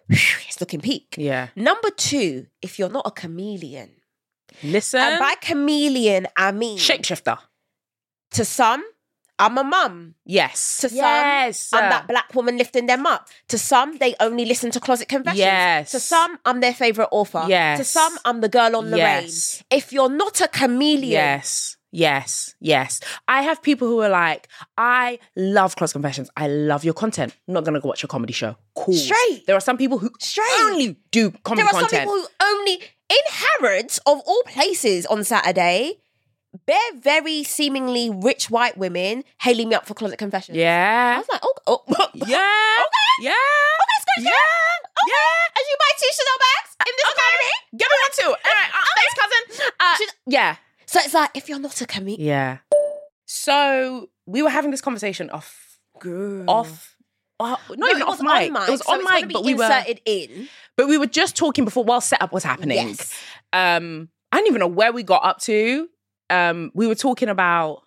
[SPEAKER 1] it's looking peak
[SPEAKER 2] Yeah.
[SPEAKER 1] Number two, if you're not a chameleon,
[SPEAKER 2] Listen.
[SPEAKER 1] and by chameleon I mean
[SPEAKER 2] shapeshifter.
[SPEAKER 1] to some, I'm a mum.
[SPEAKER 2] Yes.
[SPEAKER 1] To some,
[SPEAKER 2] yes.
[SPEAKER 1] I'm that black woman lifting them up. To some, they only listen to closet confessions.
[SPEAKER 2] Yes.
[SPEAKER 1] To some, I'm their favorite author.
[SPEAKER 2] Yes.
[SPEAKER 1] To some, I'm the girl on the
[SPEAKER 2] Yes.
[SPEAKER 1] rain. If you're not a chameleon,
[SPEAKER 2] Yes. Yes, yes. I have people who are like, I love Cross Confessions. I love your content. I'm not gonna go watch your comedy show. Cool.
[SPEAKER 1] Straight.
[SPEAKER 2] There are some people who
[SPEAKER 1] Straight.
[SPEAKER 2] only do comedy
[SPEAKER 1] there are
[SPEAKER 2] content.
[SPEAKER 1] some people who only in Harrods of all places on Saturday. They're very seemingly rich white women hailing me up for closet confessions. I
[SPEAKER 2] yeah.
[SPEAKER 1] was like, oh, oh. <laughs>
[SPEAKER 2] Yeah.
[SPEAKER 1] Okay.
[SPEAKER 2] Yeah.
[SPEAKER 1] Okay, scratch
[SPEAKER 2] Yeah.
[SPEAKER 1] yeah. Okay.
[SPEAKER 2] Yeah.
[SPEAKER 1] And you buy two Chanel bags in this economy?
[SPEAKER 2] Give me one too. All right. Uh, Thanks, cousin. Uh,
[SPEAKER 1] Should-
[SPEAKER 2] yeah.
[SPEAKER 1] So it's like, if you're not a comedian,
[SPEAKER 2] Yeah. So we were having this conversation off,
[SPEAKER 1] girl.
[SPEAKER 2] off, uh, not even
[SPEAKER 1] Oh, it
[SPEAKER 2] off
[SPEAKER 1] was
[SPEAKER 2] mic.
[SPEAKER 1] on mic.
[SPEAKER 2] It was
[SPEAKER 1] so
[SPEAKER 2] on
[SPEAKER 1] it's gonna
[SPEAKER 2] mic,
[SPEAKER 1] be
[SPEAKER 2] but we were
[SPEAKER 1] inserted in.
[SPEAKER 2] But we were just talking before while setup was happening.
[SPEAKER 1] Yes.
[SPEAKER 2] Um, I don't even know where we got up to. Um, we were talking about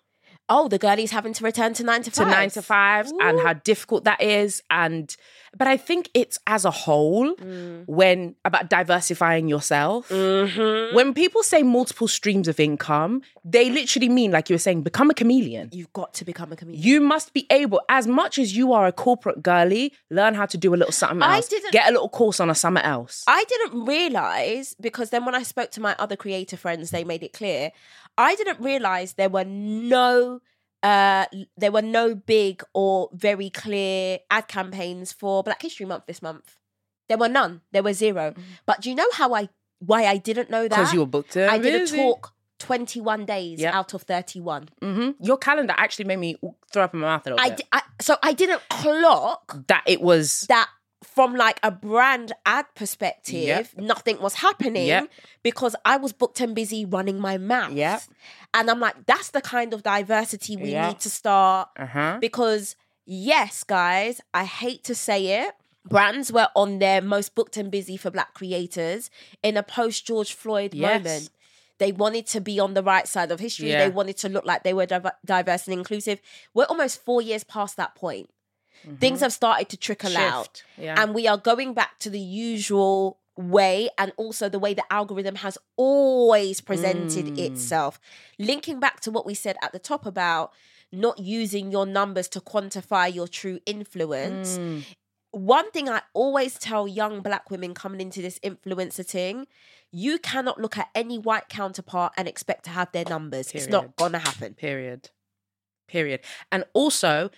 [SPEAKER 1] Oh, the girlie's having to return to nine to
[SPEAKER 2] to
[SPEAKER 1] five.
[SPEAKER 2] nine to fives and
[SPEAKER 1] Ooh.
[SPEAKER 2] how difficult that is. And but I think it's as a whole
[SPEAKER 1] Mm.
[SPEAKER 2] when about diversifying yourself.
[SPEAKER 1] Mm-hmm.
[SPEAKER 2] When people say multiple streams of income, they literally mean, like you were saying, become a chameleon.
[SPEAKER 1] You've got to become a comedian.
[SPEAKER 2] You must be able, as much as you are a corporate girly, learn how to do a little something
[SPEAKER 1] I
[SPEAKER 2] else.
[SPEAKER 1] didn't-
[SPEAKER 2] Get a little course on a summer else.
[SPEAKER 1] I didn't realize because then when I spoke to my other creator friends, they made it clear. I didn't realize there were no uh there were no big or very clear ad campaigns for Black History Month this month. There were none. There were zero. But do you know how I why I didn't know that?
[SPEAKER 2] Because Mm. you were booked.
[SPEAKER 1] I did
[SPEAKER 2] busy.
[SPEAKER 1] a talk 21 days
[SPEAKER 2] Yep.
[SPEAKER 1] out of 31.
[SPEAKER 2] hmm Your calendar actually made me throw up in my mouth a little
[SPEAKER 1] I,
[SPEAKER 2] bit.
[SPEAKER 1] di- I so I didn't clock
[SPEAKER 2] that it was
[SPEAKER 1] that from like a brand ad perspective,
[SPEAKER 2] Yep.
[SPEAKER 1] nothing was happening
[SPEAKER 2] Yep.
[SPEAKER 1] because I was booked and busy running my mouth.
[SPEAKER 2] Yep.
[SPEAKER 1] And I'm like, that's the kind of diversity we
[SPEAKER 2] Yep.
[SPEAKER 1] need to start
[SPEAKER 2] uh-huh.
[SPEAKER 1] because yes, guys, I hate to say it. Brands were on their most booked and busy for black creators in a post George Floyd
[SPEAKER 2] Yes.
[SPEAKER 1] moment. They wanted to be on the right side of history.
[SPEAKER 2] Yeah.
[SPEAKER 1] They wanted to look like they were diver- diverse and inclusive. We're almost four years past that point. Things have started to trickle out.
[SPEAKER 2] Mm-hmm. Shift, yeah.
[SPEAKER 1] And we are going back to the usual way and also the way the algorithm has always presented
[SPEAKER 2] Mm.
[SPEAKER 1] itself. Linking back to what we said at the top about not using your numbers to quantify your true influence.
[SPEAKER 2] Mm.
[SPEAKER 1] One thing I always tell young black women coming into this influencer thing you cannot look at any white counterpart and expect to have their numbers. It's not
[SPEAKER 2] Period.
[SPEAKER 1] gonna happen.
[SPEAKER 2] Period. Period. And also,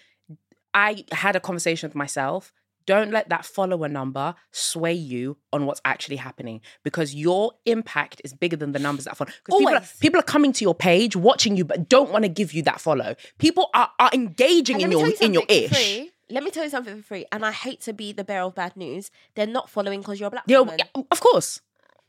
[SPEAKER 2] I had a conversation with myself. Don't let that follower number sway you on what's actually happening because your impact is bigger than the numbers that follow. Because people are,
[SPEAKER 1] Always.
[SPEAKER 2] people are coming to your page, watching you, but don't want to give you that follow. People are, are engaging
[SPEAKER 1] And
[SPEAKER 2] in
[SPEAKER 1] let me
[SPEAKER 2] your
[SPEAKER 1] tell you
[SPEAKER 2] in your
[SPEAKER 1] something
[SPEAKER 2] ish.
[SPEAKER 1] for free. Let me tell you something for free. And I hate to be the bearer of bad news. They're not following because you're a black
[SPEAKER 2] Yeah,
[SPEAKER 1] woman.
[SPEAKER 2] yeah, um, of course.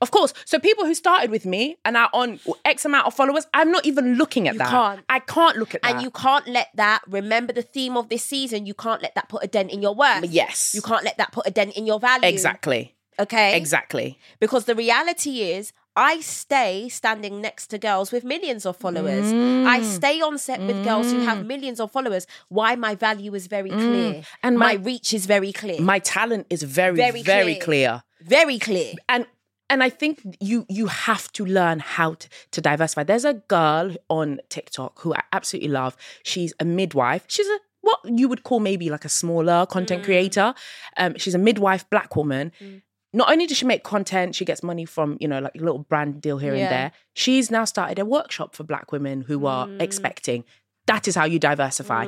[SPEAKER 2] Of course. So people who started with me and are on X amount of followers, I'm not even looking at
[SPEAKER 1] You
[SPEAKER 2] that.
[SPEAKER 1] can't.
[SPEAKER 2] I can't look at that.
[SPEAKER 1] And you can't let that, remember the theme of this season, you can't let that put a dent in your worth.
[SPEAKER 2] Yes.
[SPEAKER 1] You can't let that put a dent in your value.
[SPEAKER 2] Exactly.
[SPEAKER 1] Okay?
[SPEAKER 2] Exactly.
[SPEAKER 1] Because the reality is, I stay standing next to girls with millions of followers. I
[SPEAKER 2] Mm.
[SPEAKER 1] stay on set with girls who have millions of followers. Why my value is very clear.
[SPEAKER 2] Mm. And
[SPEAKER 1] my,
[SPEAKER 2] my-
[SPEAKER 1] reach is very clear.
[SPEAKER 2] My talent is very,
[SPEAKER 1] Very
[SPEAKER 2] very,
[SPEAKER 1] clear.
[SPEAKER 2] clear.
[SPEAKER 1] very clear.
[SPEAKER 2] And and I think you you have to learn how to, to diversify. There's a girl on TikTok who I absolutely love. She's a midwife. She's a what you would call maybe like a smaller content creator. Um, she's a midwife black woman. Not only does she make content, she gets money from, you know, like a little brand deal here
[SPEAKER 1] Yeah.
[SPEAKER 2] and there. She's now started a workshop for black women who are expecting. That is how you diversify.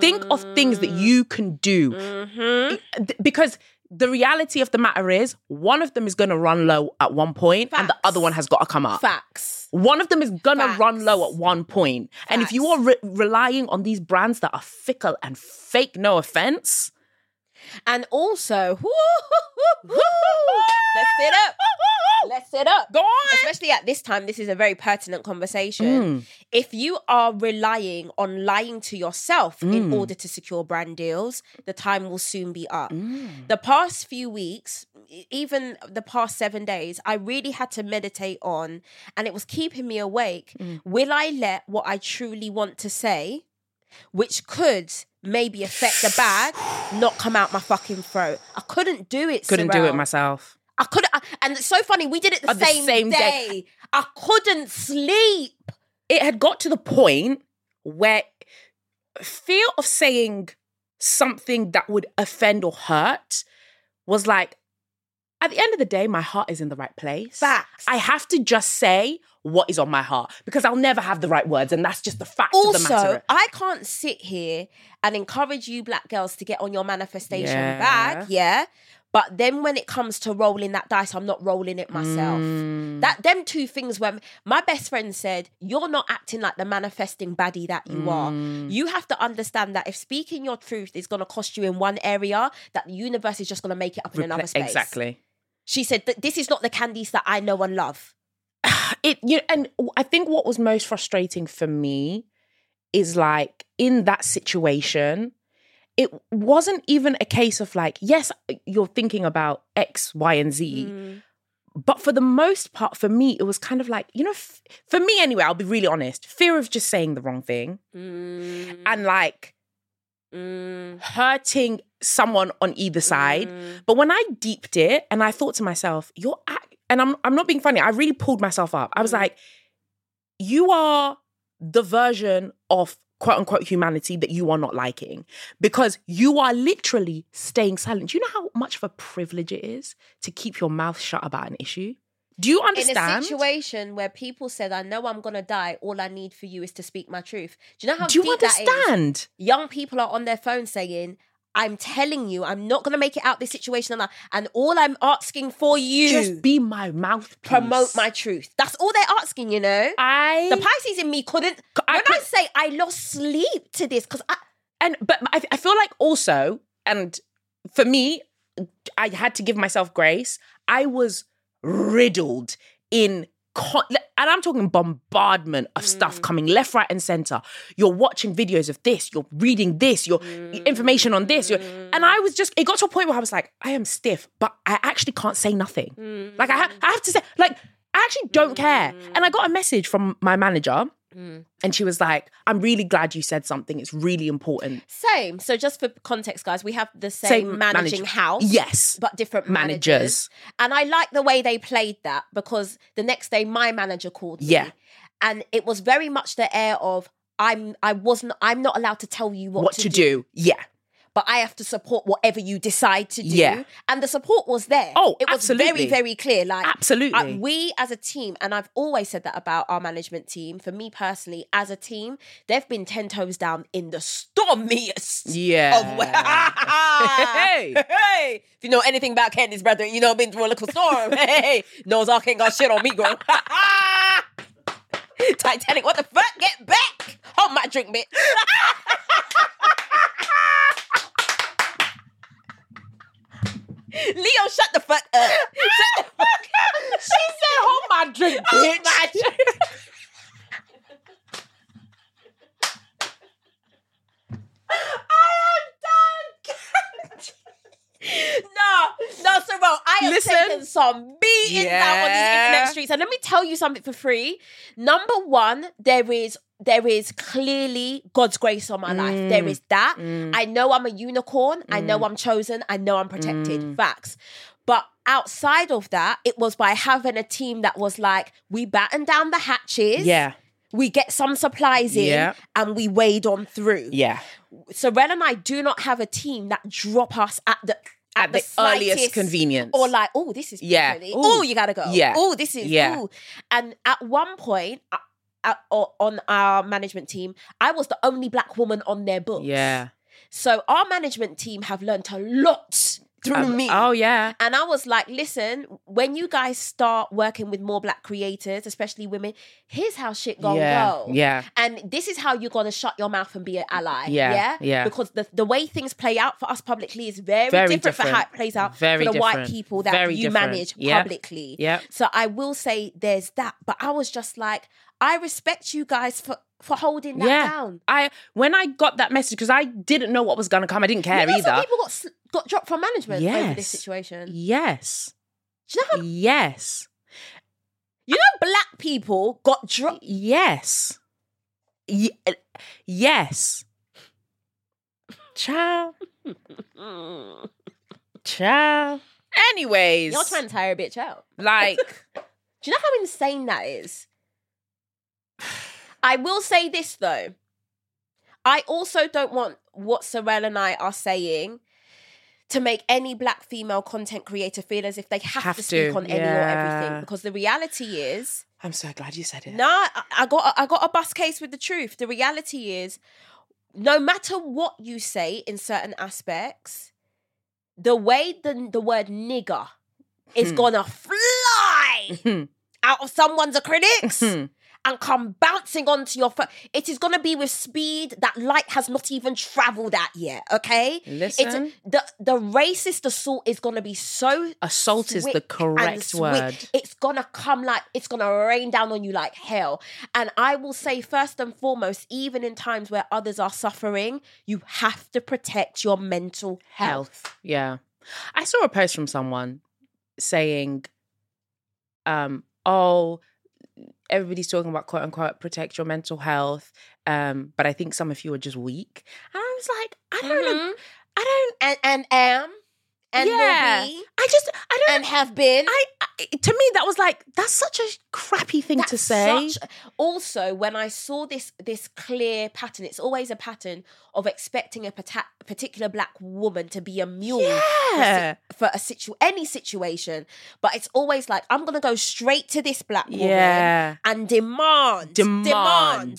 [SPEAKER 2] Think of things that you can do th- because the reality of the matter is one of them is going to run low at one point and the
[SPEAKER 1] Facts.
[SPEAKER 2] other one has got to come up
[SPEAKER 1] Facts.
[SPEAKER 2] one of them is going to
[SPEAKER 1] Facts.
[SPEAKER 2] run low at one point and if you
[SPEAKER 1] Facts.
[SPEAKER 2] are re- relying on these brands that are fickle and fake no offense
[SPEAKER 1] And also, <laughs> let's sit up. Let's sit up.
[SPEAKER 2] Go on. Mm.
[SPEAKER 1] Especially at this time, this is a very pertinent conversation. If you are relying on lying to yourself in
[SPEAKER 2] Mm.
[SPEAKER 1] order to secure brand deals, the time will soon be up.
[SPEAKER 2] Mm.
[SPEAKER 1] The past few weeks, e- even the past seven days, I really had to meditate on, and it was keeping me awake.
[SPEAKER 2] Mm.
[SPEAKER 1] Will I let what I truly want to say? which could maybe affect the bag, not come out my fucking throat. I couldn't do it.
[SPEAKER 2] Couldn't do it
[SPEAKER 1] Sorrel.
[SPEAKER 2] myself.
[SPEAKER 1] I couldn't. I, and it's so funny. We did it the,
[SPEAKER 2] On the
[SPEAKER 1] same,
[SPEAKER 2] same
[SPEAKER 1] day.
[SPEAKER 2] day.
[SPEAKER 1] I couldn't sleep.
[SPEAKER 2] It had got to the point where fear of saying something that would offend or hurt was like, at the end of the day, my heart is in the right place.
[SPEAKER 1] Facts.
[SPEAKER 2] I have to just say what is on my heart because I'll never have the right words, and that's just the fact of the
[SPEAKER 1] Also,
[SPEAKER 2] matter.
[SPEAKER 1] I can't sit here and encourage you black girls to get on your manifestation
[SPEAKER 2] Yeah.
[SPEAKER 1] bag, yeah. But then when it comes to rolling that dice, I'm not rolling it myself.
[SPEAKER 2] Mm.
[SPEAKER 1] That them two things when my best friend said, You're not acting like the manifesting baddie that you
[SPEAKER 2] Mm.
[SPEAKER 1] are. You have to understand that if speaking your truth is gonna cost you in one area, that the universe is just gonna make it up in another
[SPEAKER 2] Repla-
[SPEAKER 1] space.
[SPEAKER 2] Exactly.
[SPEAKER 1] She said that this is not the candies that I know and love.
[SPEAKER 2] it you know, and I think what was most frustrating for me is like in that situation, it wasn't even a case of like, yes, you're thinking about X, Y, and Z.
[SPEAKER 1] Mm.
[SPEAKER 2] But for the most part, for me, it was kind of like, you know, f- for me anyway, I'll be really honest fear of just saying the wrong thing
[SPEAKER 1] Mm,
[SPEAKER 2] and like hurting someone on either side.
[SPEAKER 1] Mm.
[SPEAKER 2] But when I deeped it and I thought to myself, you're ac- and I'm I'm not being funny. I really pulled myself up. I was
[SPEAKER 1] Mm.
[SPEAKER 2] like, you are the version of quote unquote humanity that you are not liking because you are literally staying silent. Do you know how much of a privilege it is to keep your mouth shut about an issue? Do you
[SPEAKER 1] in
[SPEAKER 2] understand?
[SPEAKER 1] a situation where people said, "I know I'm gonna die. All I need for you is to speak my truth." Do you know how
[SPEAKER 2] Do you
[SPEAKER 1] deep that is?
[SPEAKER 2] understand?
[SPEAKER 1] Young people are on their phone saying, "I'm telling you, I'm not gonna make it out this situation," and, I- and all I'm asking for you
[SPEAKER 2] Just be my mouthpiece.
[SPEAKER 1] promote my truth. That's all they're asking. You know,
[SPEAKER 2] I
[SPEAKER 1] the Pisces in me couldn't.
[SPEAKER 2] I
[SPEAKER 1] when I
[SPEAKER 2] could-
[SPEAKER 1] say I lost sleep to this, because I
[SPEAKER 2] and but I, I feel like also and for me i had to give myself grace i was riddled in con- and i'm talking bombardment of stuff coming left right and center you're watching videos of this you're reading this you're information on this you're, and i was just it got to a point where i was like i am stiff but i actually can't say nothing like I, ha- I have to say like i actually don't care and i got a message from my manager and she was like, I'm really glad you said something. It's really important.
[SPEAKER 1] same. So just for context, guys, we have the same,
[SPEAKER 2] Same
[SPEAKER 1] managing
[SPEAKER 2] manager.
[SPEAKER 1] house.
[SPEAKER 2] Yes.
[SPEAKER 1] but different managers.
[SPEAKER 2] Managers.
[SPEAKER 1] And I like the way they played that because the next day my manager called me.
[SPEAKER 2] Yeah.
[SPEAKER 1] And it was very much the air of I'm I wasn't I'm not allowed to tell you what,
[SPEAKER 2] What, to, do. Yeah.
[SPEAKER 1] but I have to support whatever you decide to do.
[SPEAKER 2] Yeah.
[SPEAKER 1] And the support was there.
[SPEAKER 2] Oh,
[SPEAKER 1] it was very,
[SPEAKER 2] absolutely.
[SPEAKER 1] very clear. Like
[SPEAKER 2] Absolutely.
[SPEAKER 1] I- we as a team, and I've always said that about our management team, for me personally, as a team, they've been ten toes down in the stormiest
[SPEAKER 2] Yeah.
[SPEAKER 1] of <laughs>
[SPEAKER 2] <laughs>
[SPEAKER 1] hey. hey, if you know anything about Candy's brother, you know been through a little storm. <laughs> hey, knows all can't got shit on me, girl. <laughs> Titanic, what the fuck? Get back! Hold my drink, bitch. <laughs> Leo, shut the fuck up. Shut the fuck up. She said, <laughs> hold my drink, bitch. <laughs> No, no, Sorrel, I have
[SPEAKER 2] Listen.
[SPEAKER 1] taken some beatings out on these
[SPEAKER 2] Yeah.
[SPEAKER 1] internet streets. And let me tell you something for free. Number one, there is there is clearly God's grace on my
[SPEAKER 2] Mm.
[SPEAKER 1] life. There is that. I know I'm a unicorn. I know I'm chosen. I know I'm protected.
[SPEAKER 2] Mm.
[SPEAKER 1] Facts. But outside of that, it was by having a team that was like, we batten down the hatches.
[SPEAKER 2] Yeah.
[SPEAKER 1] We get some supplies in
[SPEAKER 2] Yeah.
[SPEAKER 1] and we wade on through.
[SPEAKER 2] Yeah.
[SPEAKER 1] Sorel and I do not have a team that drop us at the at,
[SPEAKER 2] At the earliest
[SPEAKER 1] slightest,
[SPEAKER 2] convenience.
[SPEAKER 1] or like oh this is
[SPEAKER 2] Yeah.
[SPEAKER 1] yeah
[SPEAKER 2] Ooh.
[SPEAKER 1] oh you gotta go
[SPEAKER 2] Yeah.
[SPEAKER 1] oh this is
[SPEAKER 2] Yeah.
[SPEAKER 1] ooh. and at one point uh, uh, o- on our management team I was the only black woman on their books
[SPEAKER 2] Yeah.
[SPEAKER 1] so our management team have learnt a lot through
[SPEAKER 2] Um,
[SPEAKER 1] me.
[SPEAKER 2] Oh yeah.
[SPEAKER 1] And I was like, listen, when you guys start working with more black creators, especially women, here's how shit gonna
[SPEAKER 2] Yeah,
[SPEAKER 1] go.
[SPEAKER 2] yeah.
[SPEAKER 1] And this is how you're gonna shut your mouth and be an ally.
[SPEAKER 2] Yeah,
[SPEAKER 1] Yeah.
[SPEAKER 2] yeah.
[SPEAKER 1] Because the, the way things play out for us publicly is very,
[SPEAKER 2] Very
[SPEAKER 1] different, for how
[SPEAKER 2] different.
[SPEAKER 1] it plays out
[SPEAKER 2] Very
[SPEAKER 1] for the white
[SPEAKER 2] different.
[SPEAKER 1] people that
[SPEAKER 2] Very
[SPEAKER 1] you
[SPEAKER 2] different.
[SPEAKER 1] manage
[SPEAKER 2] Yeah.
[SPEAKER 1] publicly.
[SPEAKER 2] Yeah.
[SPEAKER 1] So I will say there's that. But I was just like, I respect you guys for for holding that
[SPEAKER 2] yeah.
[SPEAKER 1] down.
[SPEAKER 2] I when I got that message because I didn't know what was gonna come. I didn't care
[SPEAKER 1] You know, some
[SPEAKER 2] either.
[SPEAKER 1] people got sl- got dropped from management over this
[SPEAKER 2] Yes.
[SPEAKER 1] situation.
[SPEAKER 2] Yes.
[SPEAKER 1] Do you know how
[SPEAKER 2] Yes.
[SPEAKER 1] You know, black people got dropped.
[SPEAKER 2] Yes. Ye- uh, yes.
[SPEAKER 1] <laughs>
[SPEAKER 2] Ciao. Ciao. Anyways,
[SPEAKER 1] You're trying to tire a bitch out. <laughs>
[SPEAKER 2] like
[SPEAKER 1] Do you know how insane that is? <sighs> I will say this though. I also don't want what Sorel and I are saying to make any black female content creator feel as if they have,
[SPEAKER 2] Have
[SPEAKER 1] to speak
[SPEAKER 2] to,
[SPEAKER 1] on any or
[SPEAKER 2] yeah.
[SPEAKER 1] everything. Because the reality is,
[SPEAKER 2] I'm so glad you said it.
[SPEAKER 1] Nah, I- I got I got a bus case with the truth. The reality is, no matter what you say in certain aspects, the way the the word nigger is gonna fly out of someone's critics and come bouncing onto your phone. It is gonna be with speed that light has not even traveled at yet. Okay,
[SPEAKER 2] Listen.
[SPEAKER 1] it's, the the racist assault is gonna be so
[SPEAKER 2] Assault is the
[SPEAKER 1] swick and
[SPEAKER 2] correct
[SPEAKER 1] swick.
[SPEAKER 2] word.
[SPEAKER 1] It's gonna come like it's gonna rain down on you like hell. And I will say first and foremost, even in times where others are suffering, you have to protect your mental health.
[SPEAKER 2] Yeah. I saw a post from someone saying, um, oh, everybody's talking about quote unquote protect your mental health. Um, but I think some of you are just weak. And I was like, I don't know.
[SPEAKER 1] Mhm.
[SPEAKER 2] I don't
[SPEAKER 1] And and am and
[SPEAKER 2] yeah.
[SPEAKER 1] will be
[SPEAKER 2] I just I don't
[SPEAKER 1] and have been.
[SPEAKER 2] I, I to me that was like that's such a crappy thing to
[SPEAKER 1] That's
[SPEAKER 2] say.
[SPEAKER 1] such- also, when I saw this this clear pattern, it's always a pattern of expecting a pata- particular black woman to be a mule for,
[SPEAKER 2] Yeah.
[SPEAKER 1] si- for a situ any situation. But it's always like I'm gonna go straight to this black woman
[SPEAKER 2] Yeah.
[SPEAKER 1] and demand,
[SPEAKER 2] Demand.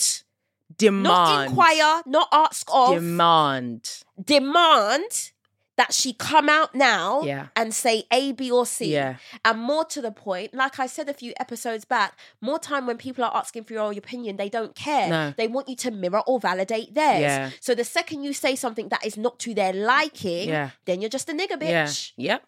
[SPEAKER 2] Demand.
[SPEAKER 1] not inquire, not ask of,
[SPEAKER 2] Demand.
[SPEAKER 1] demand that she come out now
[SPEAKER 2] Yeah.
[SPEAKER 1] and say A, B, or C.
[SPEAKER 2] Yeah.
[SPEAKER 1] And more to the point, like I said a few episodes back, more time when people are asking for your opinion, they don't care.
[SPEAKER 2] No.
[SPEAKER 1] They want you to mirror or validate theirs.
[SPEAKER 2] Yeah.
[SPEAKER 1] So the second you say something that is not to their liking,
[SPEAKER 2] Yeah.
[SPEAKER 1] then you're just a nigger bitch.
[SPEAKER 2] Yeah.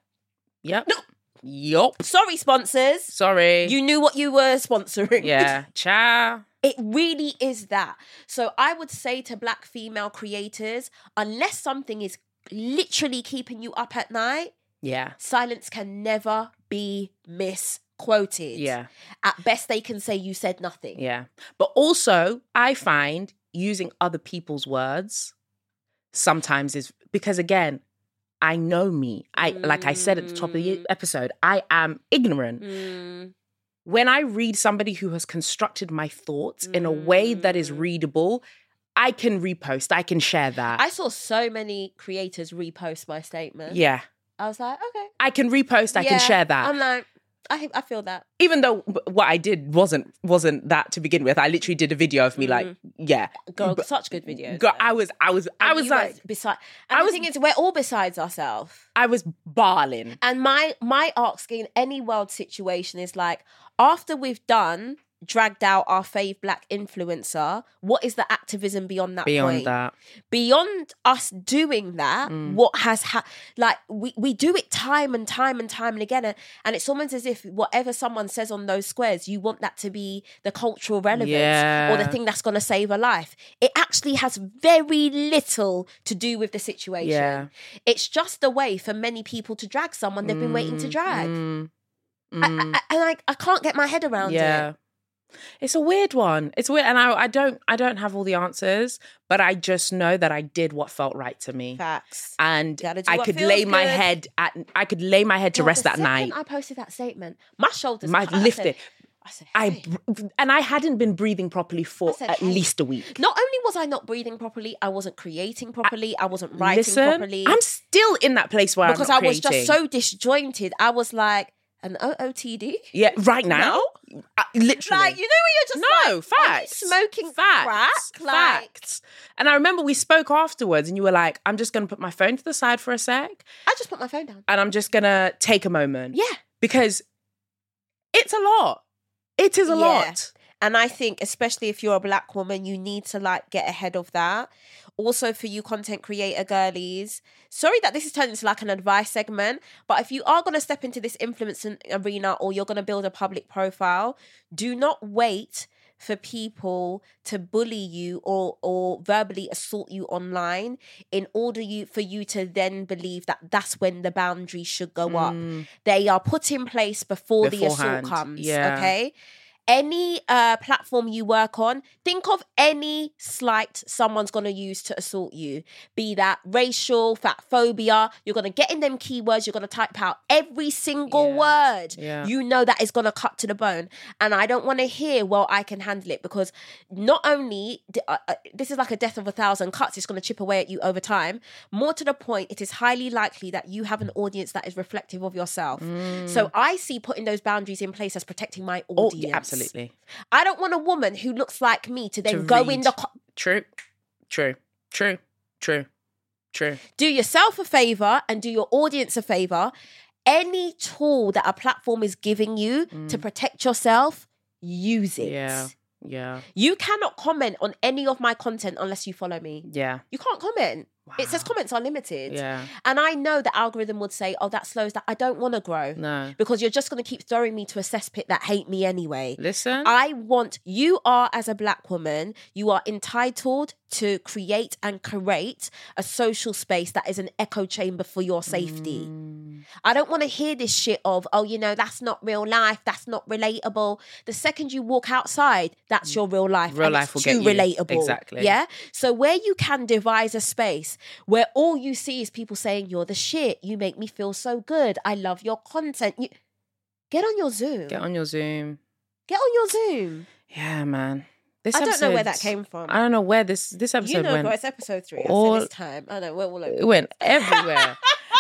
[SPEAKER 2] Yep. Yep. Yup.
[SPEAKER 1] Sorry, sponsors.
[SPEAKER 2] Sorry.
[SPEAKER 1] You knew what you were sponsoring.
[SPEAKER 2] Yeah. <laughs> Ciao.
[SPEAKER 1] <laughs> It really is that. So I would say to black female creators, unless something is literally keeping you up at night,
[SPEAKER 2] Yeah.
[SPEAKER 1] silence can never be misquoted.
[SPEAKER 2] Yeah.
[SPEAKER 1] At best, they can say you said nothing.
[SPEAKER 2] Yeah. But also, I find using other people's words sometimes is because, again, I know me. I like I said at the top of
[SPEAKER 1] Mm.
[SPEAKER 2] the episode, I am ignorant.
[SPEAKER 1] Hmm.
[SPEAKER 2] When I read somebody who has constructed my thoughts in a way that is
[SPEAKER 1] Mm.
[SPEAKER 2] readable, I can repost. I can share that.
[SPEAKER 1] I saw so many creators repost my statement.
[SPEAKER 2] yeah.
[SPEAKER 1] I was like, okay.
[SPEAKER 2] I can repost. I
[SPEAKER 1] Yeah.
[SPEAKER 2] can share that.
[SPEAKER 1] I'm like, I, I feel that.
[SPEAKER 2] even though w- what I did wasn't wasn't that to begin with. I literally did a video of me
[SPEAKER 1] Mm.
[SPEAKER 2] like, yeah,
[SPEAKER 1] Girl,
[SPEAKER 2] But-
[SPEAKER 1] such good videos.
[SPEAKER 2] Girl,
[SPEAKER 1] though.
[SPEAKER 2] I was, I was, I
[SPEAKER 1] And
[SPEAKER 2] was
[SPEAKER 1] you
[SPEAKER 2] like,
[SPEAKER 1] guys beside. And
[SPEAKER 2] I
[SPEAKER 1] the
[SPEAKER 2] was-
[SPEAKER 1] thing is, we're all besides ourselves.
[SPEAKER 2] I was bawling.
[SPEAKER 1] And my my ask in any world situation is like after we've done dragged out our fave black influencer, what is the activism beyond that point?
[SPEAKER 2] that,
[SPEAKER 1] Beyond us doing that,
[SPEAKER 2] Mm.
[SPEAKER 1] what has ha- like we, we do it time and time and time and again, and, and it's almost as if whatever someone says on those squares, you want that to be the cultural relevance or the
[SPEAKER 2] Yeah.
[SPEAKER 1] thing that's going to save a life. It actually has very little to do with the situation.
[SPEAKER 2] Yeah.
[SPEAKER 1] It's just a way for many people to drag someone they've been waiting to drag.
[SPEAKER 2] Mm,
[SPEAKER 1] I- I,
[SPEAKER 2] mm,
[SPEAKER 1] I- and I, I can't get my head around
[SPEAKER 2] yeah.
[SPEAKER 1] it.
[SPEAKER 2] It's a weird one. It's weird, and I, I don't, I don't have all the answers, but I just know that I did what felt right to me,
[SPEAKER 1] Facts.
[SPEAKER 2] and
[SPEAKER 1] Gotta do
[SPEAKER 2] I
[SPEAKER 1] what
[SPEAKER 2] could
[SPEAKER 1] feels
[SPEAKER 2] lay my
[SPEAKER 1] good.
[SPEAKER 2] head at, I could lay my head to
[SPEAKER 1] God,
[SPEAKER 2] rest
[SPEAKER 1] the
[SPEAKER 2] that
[SPEAKER 1] second
[SPEAKER 2] night.
[SPEAKER 1] I posted that statement. My shoulders
[SPEAKER 2] My
[SPEAKER 1] cut. I said-
[SPEAKER 2] lifted.
[SPEAKER 1] I said,
[SPEAKER 2] I
[SPEAKER 1] "Hey."
[SPEAKER 2] br- and I hadn't been breathing properly for
[SPEAKER 1] said,
[SPEAKER 2] at
[SPEAKER 1] "Hey."
[SPEAKER 2] least a week.
[SPEAKER 1] Not only was I not breathing properly, I wasn't creating properly. I, wasn't writing
[SPEAKER 2] Listen,
[SPEAKER 1] properly.
[SPEAKER 2] I'm still in that place where
[SPEAKER 1] because
[SPEAKER 2] I'm
[SPEAKER 1] I
[SPEAKER 2] not
[SPEAKER 1] was just
[SPEAKER 2] creating.
[SPEAKER 1] so disjointed. I was like, an OOTD?
[SPEAKER 2] Yeah, right now, I- literally.
[SPEAKER 1] Like, you know when
[SPEAKER 2] no
[SPEAKER 1] you're just like, are you
[SPEAKER 2] facts.
[SPEAKER 1] smoking
[SPEAKER 2] facts.
[SPEAKER 1] crack? Like-
[SPEAKER 2] facts. And I remember we spoke afterwards, and you were like, "I'm just gonna put my phone to the side for a sec,
[SPEAKER 1] I just put my phone down.
[SPEAKER 2] and I'm just gonna take a moment."
[SPEAKER 1] Yeah.
[SPEAKER 2] because it's a lot. It is a
[SPEAKER 1] Yeah.
[SPEAKER 2] lot.
[SPEAKER 1] And I think, especially if you're a black woman, you need to like get ahead of that. Also, for you content creator girlies, sorry that this is turned into like an advice segment, but if you are going to step into this influencing arena or you're going to build a public profile, do not wait for people to bully you or or verbally assault you online in order you for you to then believe that that's when the boundaries should go up they are put in place before the assault
[SPEAKER 2] Mm. Beforehand,
[SPEAKER 1] comes
[SPEAKER 2] yeah.
[SPEAKER 1] okay any uh, platform you work on, think of any slight someone's going to use to assault you. Be that racial, fat phobia, you're going to get in them keywords, you're going to type out every single word.
[SPEAKER 2] yeah.
[SPEAKER 1] You know that is going to cut to the bone. And I don't want to hear, well, I can handle it because not only d- uh, uh, this is like a death of a thousand cuts, it's going to chip away at you over time. More to the point, it is highly likely that you have an audience that is reflective of yourself.
[SPEAKER 2] Mm.
[SPEAKER 1] So I see putting those boundaries in place as protecting my audience
[SPEAKER 2] Oh,
[SPEAKER 1] audience.
[SPEAKER 2] yeah, absolutely.
[SPEAKER 1] I don't want a woman who looks like me to then
[SPEAKER 2] To
[SPEAKER 1] go in
[SPEAKER 2] read.
[SPEAKER 1] the. Co-
[SPEAKER 2] True, true, true, true, true.
[SPEAKER 1] do yourself a favor and do your audience a favor. Any tool that a platform is giving you to protect yourself, use it.
[SPEAKER 2] Mm. Yeah, yeah,
[SPEAKER 1] You cannot comment on any of my content unless you follow me.
[SPEAKER 2] yeah,
[SPEAKER 1] You can't comment. It says
[SPEAKER 2] Wow.
[SPEAKER 1] comments are limited.
[SPEAKER 2] yeah.
[SPEAKER 1] And I know the algorithm would say, oh, that slows that. I don't want to grow
[SPEAKER 2] No,
[SPEAKER 1] because you're just going to keep throwing me to a cesspit that hate me anyway.
[SPEAKER 2] listen.
[SPEAKER 1] I want you are as a black woman, you are entitled to create and create a social space that is an echo chamber for your safety.
[SPEAKER 2] Mm.
[SPEAKER 1] I don't want to hear this shit of, oh, you know, that's not real life, that's not relatable. The second you walk outside, that's your real life.
[SPEAKER 2] Real
[SPEAKER 1] and it's
[SPEAKER 2] life will
[SPEAKER 1] too
[SPEAKER 2] get you.
[SPEAKER 1] relatable.
[SPEAKER 2] Exactly.
[SPEAKER 1] Yeah. So where you can devise a space where all you see is people saying, You're the shit, you make me feel so good. I love your content. You get on your Zoom.
[SPEAKER 2] Get on your Zoom.
[SPEAKER 1] Get on your Zoom.
[SPEAKER 2] Yeah, man. This
[SPEAKER 1] I don't know where
[SPEAKER 2] episode-
[SPEAKER 1] that came from.
[SPEAKER 2] I don't know where this this episode
[SPEAKER 1] you know,
[SPEAKER 2] went.
[SPEAKER 1] guys, it's episode three. I
[SPEAKER 2] all-
[SPEAKER 1] said it's time. I know we're
[SPEAKER 2] <laughs>
[SPEAKER 1] all over.
[SPEAKER 2] It went
[SPEAKER 1] <laughs>
[SPEAKER 2] everywhere. and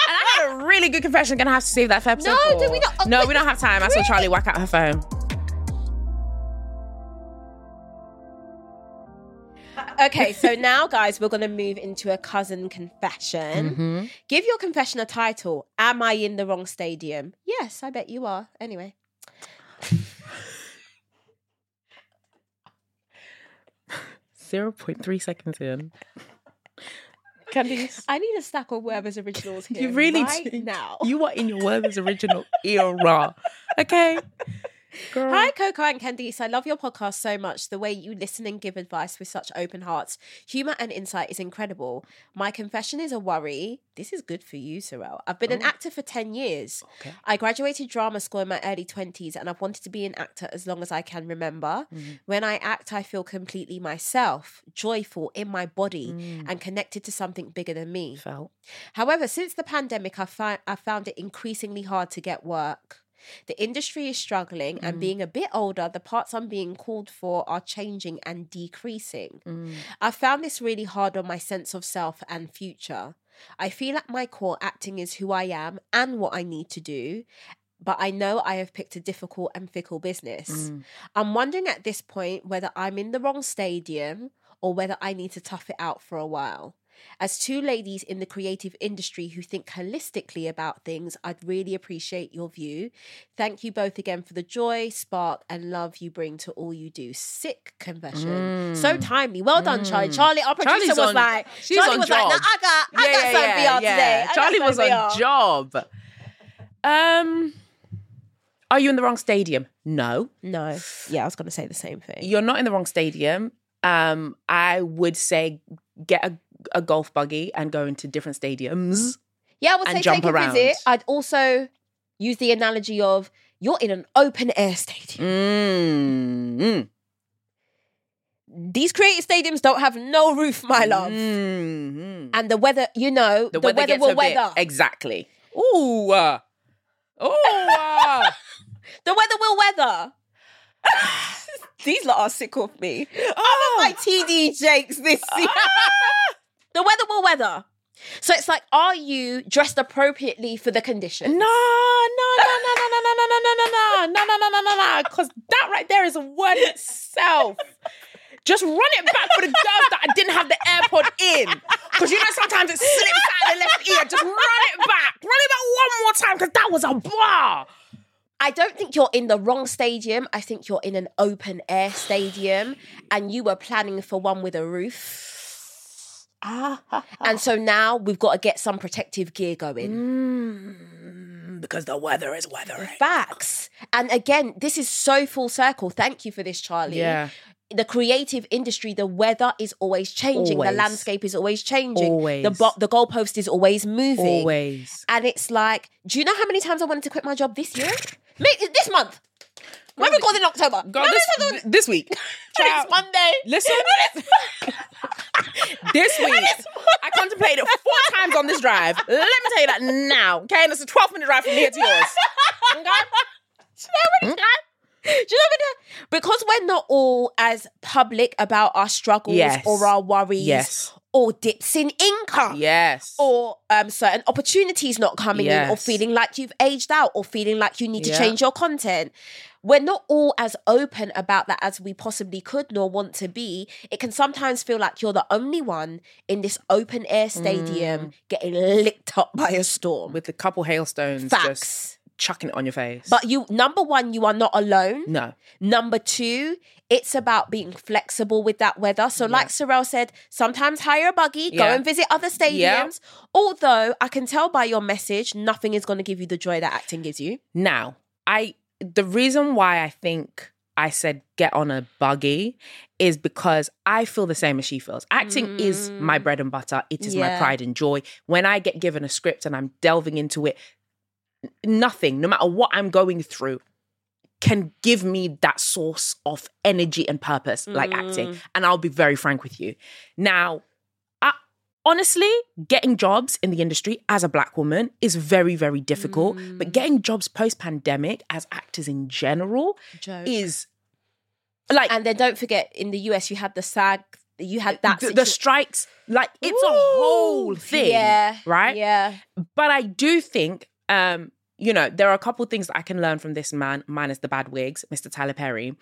[SPEAKER 2] I had a really good confession. Gonna have to save that for episode.
[SPEAKER 1] No, do
[SPEAKER 2] four.
[SPEAKER 1] we not- oh,
[SPEAKER 2] no,
[SPEAKER 1] wait,
[SPEAKER 2] we don't have time. I saw
[SPEAKER 1] really?
[SPEAKER 2] Charlie whack out her phone. <laughs>
[SPEAKER 1] Okay, so now, guys, we're gonna move into a cousin confession.
[SPEAKER 2] Mm-hmm.
[SPEAKER 1] Give your confession a title. Am I in the wrong stadium? Yes, I bet you are. Anyway,
[SPEAKER 2] Zero point three seconds in. Candice,
[SPEAKER 1] I need a stack of Werther's originals here.
[SPEAKER 2] you really
[SPEAKER 1] right
[SPEAKER 2] do.
[SPEAKER 1] now.
[SPEAKER 2] You are in your Werther's original era. Okay, girl.
[SPEAKER 1] Hi, Coco and Candice. I love your podcast so much. The way you listen and give advice with such open hearts, humor, and insight is incredible. My confession is a worry. This is good for you, Sorrel. I've been an actor for 10 years.
[SPEAKER 2] Oh. Okay.
[SPEAKER 1] I graduated drama school in my early 20s and I've wanted to be an actor as long as I can remember.
[SPEAKER 2] Mm-hmm.
[SPEAKER 1] When I act, I feel completely myself, joyful in my body,
[SPEAKER 2] Mm.
[SPEAKER 1] and connected to something bigger than me.
[SPEAKER 2] Felt.
[SPEAKER 1] However, since the pandemic, I, fi- I found it increasingly hard to get work. The industry is struggling, and being a bit older, the parts I'm being called for are changing and decreasing. I found this really hard on my sense of self and future. I feel at my core, acting is who I am and what I need to do. But I know I have picked a difficult and fickle business.
[SPEAKER 2] Mm.
[SPEAKER 1] I'm wondering at this point whether I'm in the wrong stadium or whether I need to tough it out for a while. As two ladies in the creative industry who think holistically about things, I'd really appreciate your view. Thank you both again for the joy, spark, and love you bring to all you do. Sick confession. So timely. Well done, Charlie. Charlie, our producer
[SPEAKER 2] Mm. Charlie's
[SPEAKER 1] was
[SPEAKER 2] on-
[SPEAKER 1] like,
[SPEAKER 2] she's
[SPEAKER 1] Charlie
[SPEAKER 2] on
[SPEAKER 1] was like,
[SPEAKER 2] job.
[SPEAKER 1] nah, I got, I got some VR today. I got
[SPEAKER 2] Charlie
[SPEAKER 1] some
[SPEAKER 2] was
[SPEAKER 1] VR.
[SPEAKER 2] on job. Um, are you in the wrong stadium? No,
[SPEAKER 1] No. Yeah, I was going to say the same thing.
[SPEAKER 2] you're not in the wrong stadium. Um, I would say get a, a golf buggy and go into different stadiums.
[SPEAKER 1] Yeah, I would
[SPEAKER 2] And
[SPEAKER 1] say
[SPEAKER 2] jump
[SPEAKER 1] take
[SPEAKER 2] around.
[SPEAKER 1] a visit. I'd also use the analogy of you're in an open air stadium.
[SPEAKER 2] Mm.
[SPEAKER 1] These creative stadiums don't have no roof, my love.
[SPEAKER 2] Mm.
[SPEAKER 1] And the weather, you know, Mm-hmm. the, weather,
[SPEAKER 2] gets
[SPEAKER 1] will
[SPEAKER 2] a bit-
[SPEAKER 1] weather.
[SPEAKER 2] Exactly. Ooh. uh, Ooh. <laughs> uh.
[SPEAKER 1] the weather will weather. <laughs> These lot are sick of Oh. <laughs> me. I'm on my TD Jakes this season. the weather will weather. So it's like, are you dressed appropriately for the condition?
[SPEAKER 2] No, no, no, no, no, no, no, no, no, no, no, no, no, no, no, no, no, because that right there is a word in itself. Just run it back for the girls that I didn't have the AirPod in. Because you know sometimes it slips out of the left ear. Just run it back. Run it back one more time because that was a bar.
[SPEAKER 1] I don't think you're in the wrong stadium. I think you're in an open air stadium and you were planning for one with a roof.
[SPEAKER 2] Ah.
[SPEAKER 1] And so now we've got to get some protective gear going.
[SPEAKER 2] Mm. Because the weather is weathering.
[SPEAKER 1] Facts. And again, this is so full circle. Thank you for this, Charlie.
[SPEAKER 2] Yeah.
[SPEAKER 1] The creative industry, the weather is always changing. The
[SPEAKER 2] Always.
[SPEAKER 1] landscape is always changing.
[SPEAKER 2] Always.
[SPEAKER 1] The, bo- the goalpost is always moving.
[SPEAKER 2] Always.
[SPEAKER 1] And it's like, do you know how many times I wanted to quit my job this year? Me- this month. When we got in October.
[SPEAKER 2] Girl,
[SPEAKER 1] When we
[SPEAKER 2] this,
[SPEAKER 1] got in-
[SPEAKER 2] th- this
[SPEAKER 1] <laughs>
[SPEAKER 2] week.
[SPEAKER 1] and it's
[SPEAKER 2] Child,
[SPEAKER 1] Monday. <laughs>
[SPEAKER 2] Listen. this week,
[SPEAKER 1] <laughs>
[SPEAKER 2] I contemplated four times on this drive. Let me tell you that now, okay? And it's a 12 minute drive from here to yours. Hmm?
[SPEAKER 1] Do you know what it- do you know what it- Because we're not all as public about our struggles
[SPEAKER 2] Yes.
[SPEAKER 1] or our worries
[SPEAKER 2] Yes.
[SPEAKER 1] or dips in income.
[SPEAKER 2] Yes.
[SPEAKER 1] or um, certain opportunities not coming in, or
[SPEAKER 2] Yes.
[SPEAKER 1] feeling like you've aged out, or feeling like you need to
[SPEAKER 2] Yeah.
[SPEAKER 1] change your content. We're not all as open about that as we possibly could nor want to be. It can sometimes feel like you're the only one in this open air stadium getting licked up by a storm.
[SPEAKER 2] Mm. with a couple hailstones just
[SPEAKER 1] Facts.
[SPEAKER 2] chucking it on your face.
[SPEAKER 1] But you, number one, you are not alone.
[SPEAKER 2] no.
[SPEAKER 1] Number two, it's about being flexible with that weather. So, like Sorrel said, sometimes hire a buggy, go
[SPEAKER 2] Yeah.
[SPEAKER 1] and visit other stadiums.
[SPEAKER 2] Yeah.
[SPEAKER 1] Although I can tell by your message, nothing is going to give you the joy that acting gives you.
[SPEAKER 2] Now, I the reason why I think I said get on a buggy is because I feel the same as she feels. Acting is my bread and butter. It is
[SPEAKER 1] Yeah.
[SPEAKER 2] my pride and joy. When I get given a script and I'm delving into it, n- nothing, no matter what I'm going through, can give me that source of energy and purpose like acting.
[SPEAKER 1] Mm.
[SPEAKER 2] And I'll be very frank with you. Now, I, honestly, getting jobs in the industry as a black woman is very, very difficult.
[SPEAKER 1] Mm.
[SPEAKER 2] But getting jobs post pandemic as actors in general
[SPEAKER 1] Joke.
[SPEAKER 2] is like
[SPEAKER 1] And then don't forget, in the US, you had the SAG, you had that.
[SPEAKER 2] th- the
[SPEAKER 1] situ-
[SPEAKER 2] strikes, like it's a
[SPEAKER 1] Ooh,
[SPEAKER 2] whole thing,
[SPEAKER 1] Yeah.
[SPEAKER 2] right?
[SPEAKER 1] Yeah.
[SPEAKER 2] but I do think, um, you know, there are a couple things that I can learn from this man, minus the bad wigs, Mr. Tyler Perry.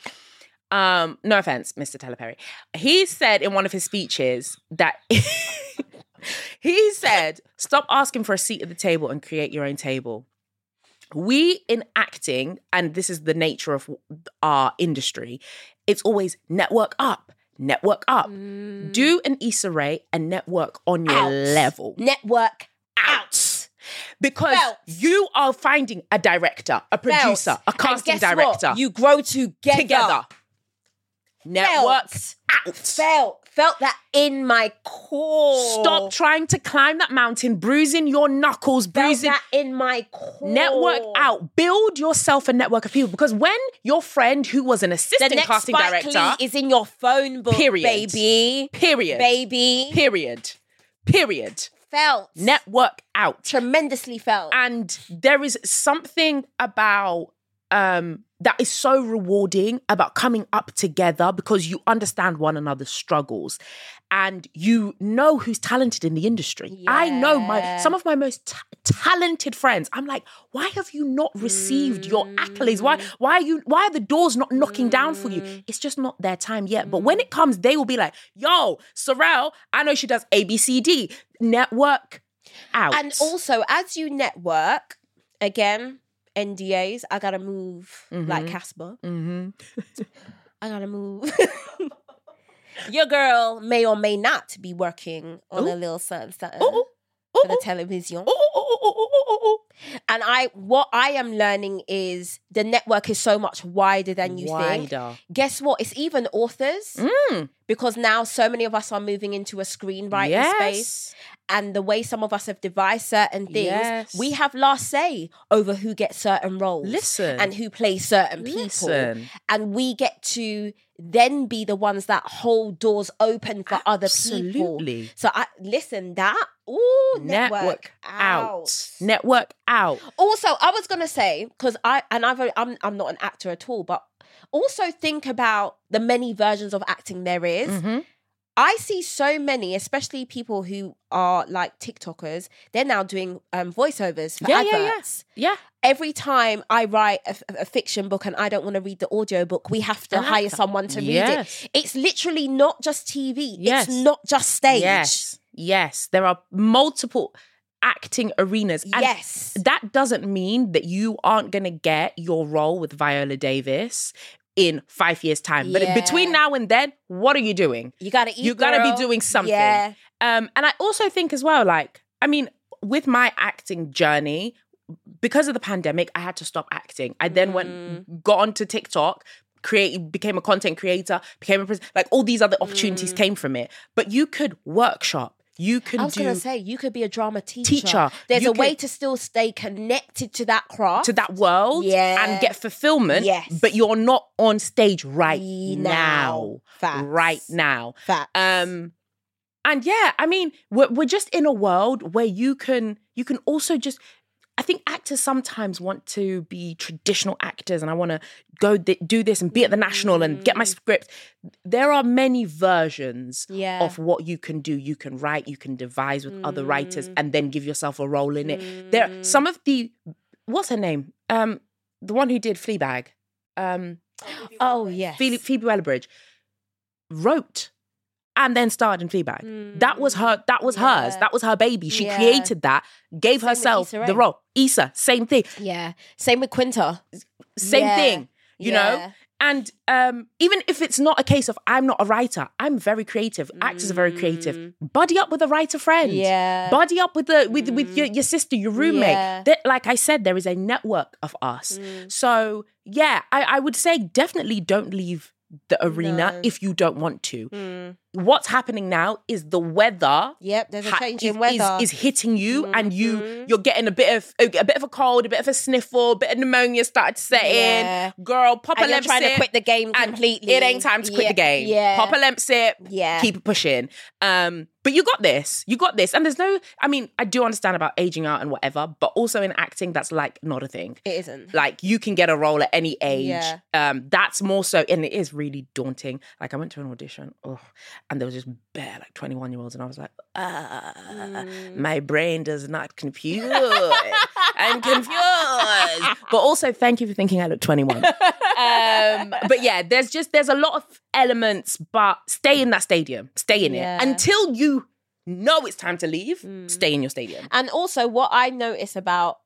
[SPEAKER 2] Um, no offense, Mr. Tyler Perry. He said in one of his speeches that <laughs> he said, "Stop asking for a seat at the table and create your own table." We in acting, and this is the nature of our industry, it's always network up, network up. Do an Issa Rae and network on your
[SPEAKER 1] Out.
[SPEAKER 2] level
[SPEAKER 1] Network.
[SPEAKER 2] out because
[SPEAKER 1] Belts.
[SPEAKER 2] you are finding a director, a producer,
[SPEAKER 1] belts.
[SPEAKER 2] a
[SPEAKER 1] And
[SPEAKER 2] casting
[SPEAKER 1] guess what?
[SPEAKER 2] director
[SPEAKER 1] You grow together.
[SPEAKER 2] together. Network
[SPEAKER 1] Belts.
[SPEAKER 2] out.
[SPEAKER 1] Felt, felt that in my core.
[SPEAKER 2] Stop trying to climb that mountain, bruising your knuckles,
[SPEAKER 1] Felt
[SPEAKER 2] bruising.
[SPEAKER 1] that in my core.
[SPEAKER 2] Network out. Build yourself a network of people because when your friend who was an
[SPEAKER 1] The
[SPEAKER 2] assistant
[SPEAKER 1] next
[SPEAKER 2] casting
[SPEAKER 1] Spike
[SPEAKER 2] director,
[SPEAKER 1] Lee is in your phone book,
[SPEAKER 2] Period.
[SPEAKER 1] baby.
[SPEAKER 2] period,
[SPEAKER 1] Baby.
[SPEAKER 2] period, period.
[SPEAKER 1] Felt.
[SPEAKER 2] Network out.
[SPEAKER 1] Tremendously felt.
[SPEAKER 2] and there is something about um that is so rewarding about coming up together because you understand one another's struggles and you know who's talented in the industry i know my
[SPEAKER 1] Yeah.
[SPEAKER 2] some of my most ta talented friends i'm like why have you not received your accolades
[SPEAKER 1] Mm.
[SPEAKER 2] why why are you why are the doors not knocking down for you it's just not their time yet but
[SPEAKER 1] Mm.
[SPEAKER 2] when it comes they will be like yo sorrel i know she does abcd network out
[SPEAKER 1] And also, as you network, again, NDAs, I gotta move
[SPEAKER 2] Mm-hmm.
[SPEAKER 1] like Casper.
[SPEAKER 2] Mhm.
[SPEAKER 1] <laughs> I gotta move. <laughs> Your girl may or may not be working on a little something, something
[SPEAKER 2] Ooh, ooh,
[SPEAKER 1] for the
[SPEAKER 2] ooh,
[SPEAKER 1] television.
[SPEAKER 2] ooh,
[SPEAKER 1] oh,
[SPEAKER 2] ooh, ooh, ooh, ooh, ooh, ooh.
[SPEAKER 1] And I, what I am learning is the network is so much wider than you think.
[SPEAKER 2] Wider. Mm.
[SPEAKER 1] Guess what? It's even authors because now so many of us are moving into a screenwriting
[SPEAKER 2] Yes.
[SPEAKER 1] space, and the way some of us have devised certain things,
[SPEAKER 2] Yes.
[SPEAKER 1] we have last say over who gets certain roles,
[SPEAKER 2] Listen.
[SPEAKER 1] and who plays certain people,
[SPEAKER 2] Listen.
[SPEAKER 1] and we get to then be the ones that hold doors open for other people.
[SPEAKER 2] Absolutely.
[SPEAKER 1] So I listen that ooh network, out.
[SPEAKER 2] Network out.
[SPEAKER 1] Also, I was gonna say because I and I've I'm I'm not an
[SPEAKER 2] Mm-hmm.
[SPEAKER 1] actor at all, but also think about the many versions of acting there is. I see so many, especially people who are like TikTokers, they're now doing um, voiceovers for
[SPEAKER 2] Yeah, yeah,
[SPEAKER 1] adverts.
[SPEAKER 2] yeah. Yeah.
[SPEAKER 1] Every time I write a, a fiction book and I don't want to read the audiobook, we have to
[SPEAKER 2] I like
[SPEAKER 1] hire
[SPEAKER 2] that.
[SPEAKER 1] someone to
[SPEAKER 2] Yes.
[SPEAKER 1] read it. It's literally not just TV,
[SPEAKER 2] Yes.
[SPEAKER 1] it's not just stage.
[SPEAKER 2] Yes. Yes. There are multiple acting arenas. And
[SPEAKER 1] Yes.
[SPEAKER 2] That doesn't mean that you aren't going to get your role with Viola Davis in five years' time. But
[SPEAKER 1] Yeah.
[SPEAKER 2] between now and then, what are you doing?
[SPEAKER 1] You gotta eat.
[SPEAKER 2] you gotta
[SPEAKER 1] girl.
[SPEAKER 2] be doing something.
[SPEAKER 1] Yeah.
[SPEAKER 2] Um, and I also think as well, like, I mean, with my acting journey, because of the pandemic, I had to stop acting. I then
[SPEAKER 1] Mm.
[SPEAKER 2] went, got onto TikTok, create, became a content creator, became a pres- like all these other opportunities came from it. But you could workshop, you could
[SPEAKER 1] Mm. I was
[SPEAKER 2] do
[SPEAKER 1] gonna say you could be a drama teacher.
[SPEAKER 2] Teacher.
[SPEAKER 1] There's
[SPEAKER 2] You
[SPEAKER 1] a way
[SPEAKER 2] could-
[SPEAKER 1] to still stay connected to that craft.
[SPEAKER 2] to that world
[SPEAKER 1] Yeah.
[SPEAKER 2] and get fulfillment.
[SPEAKER 1] Yes.
[SPEAKER 2] but you're not on stage right
[SPEAKER 1] Now.
[SPEAKER 2] now.
[SPEAKER 1] Facts.
[SPEAKER 2] Right now.
[SPEAKER 1] Facts.
[SPEAKER 2] Um, and yeah, I mean, we're, we're just in a world where you can you can also just. I think actors sometimes want to be traditional actors, and I want to go th- do this and be at the national and get my script. There are many versions
[SPEAKER 1] Yeah.
[SPEAKER 2] of what you can do. You can write, you can devise with other writers, and then give yourself a role in it. There, some of the what's her name? Um, the one who did Fleabag, um,
[SPEAKER 1] oh yes.
[SPEAKER 2] Phoebe, Phoebe Waller-Bridge, wrote and then starred in Fleabag. That was her. That was hers.
[SPEAKER 1] yeah.
[SPEAKER 2] That was her baby. She
[SPEAKER 1] Mm. Yeah.
[SPEAKER 2] created that, gave
[SPEAKER 1] with
[SPEAKER 2] herself
[SPEAKER 1] Issa Rae.
[SPEAKER 2] the role. Issa, same thing,
[SPEAKER 1] Yeah. Same with Quinta.
[SPEAKER 2] same
[SPEAKER 1] Yeah.
[SPEAKER 2] thing. You know.
[SPEAKER 1] Yeah.
[SPEAKER 2] And um, even if it's not a case of I'm not a writer, I'm very creative. Actors are very creative. Buddy up with a writer friend.
[SPEAKER 1] Mm. Yeah.
[SPEAKER 2] Buddy up with the with with your, your sister, your roommate.
[SPEAKER 1] Uh, mm. Yeah. Mm.
[SPEAKER 2] That- like I said, there is a network of us. So yeah, I, I would say definitely don't leave the arena
[SPEAKER 1] No.
[SPEAKER 2] if you don't want to. What's happening now is the weather
[SPEAKER 1] Yep, there's a
[SPEAKER 2] ha-
[SPEAKER 1] change
[SPEAKER 2] is-
[SPEAKER 1] in weather. Mm-hmm.
[SPEAKER 2] is, is hitting you and you you're getting a bit of a bit of a cold a bit of a sniffle a bit of pneumonia started to set
[SPEAKER 1] Yeah.
[SPEAKER 2] in girl pop
[SPEAKER 1] And
[SPEAKER 2] a
[SPEAKER 1] you're
[SPEAKER 2] lemsip
[SPEAKER 1] trying to quit the game
[SPEAKER 2] and
[SPEAKER 1] completely.
[SPEAKER 2] it ain't time to quit
[SPEAKER 1] Yeah,
[SPEAKER 2] the game
[SPEAKER 1] yeah.
[SPEAKER 2] pop a lemsip
[SPEAKER 1] Yeah.
[SPEAKER 2] keep it pushing um but you got this you got this and there's no i mean i do understand about aging out and whatever but also in acting that's like not a thing
[SPEAKER 1] it isn't.
[SPEAKER 2] like you can get a role at any age.
[SPEAKER 1] Yeah.
[SPEAKER 2] Um, that's more so, and it is really daunting. Like I went to an audition, oh, and there was just bare like twenty one year olds, and I was like, ah,
[SPEAKER 1] Mm.
[SPEAKER 2] my brain does not compute.
[SPEAKER 1] <laughs>
[SPEAKER 2] I'm confused. but also, thank you for thinking I look twenty one. <laughs> um, <laughs> but yeah, there's just there's a lot of elements, but stay in that stadium, stay in
[SPEAKER 1] Yeah. Hmm.
[SPEAKER 2] it until you know it's time to leave. Stay in your stadium.
[SPEAKER 1] And also, what I notice about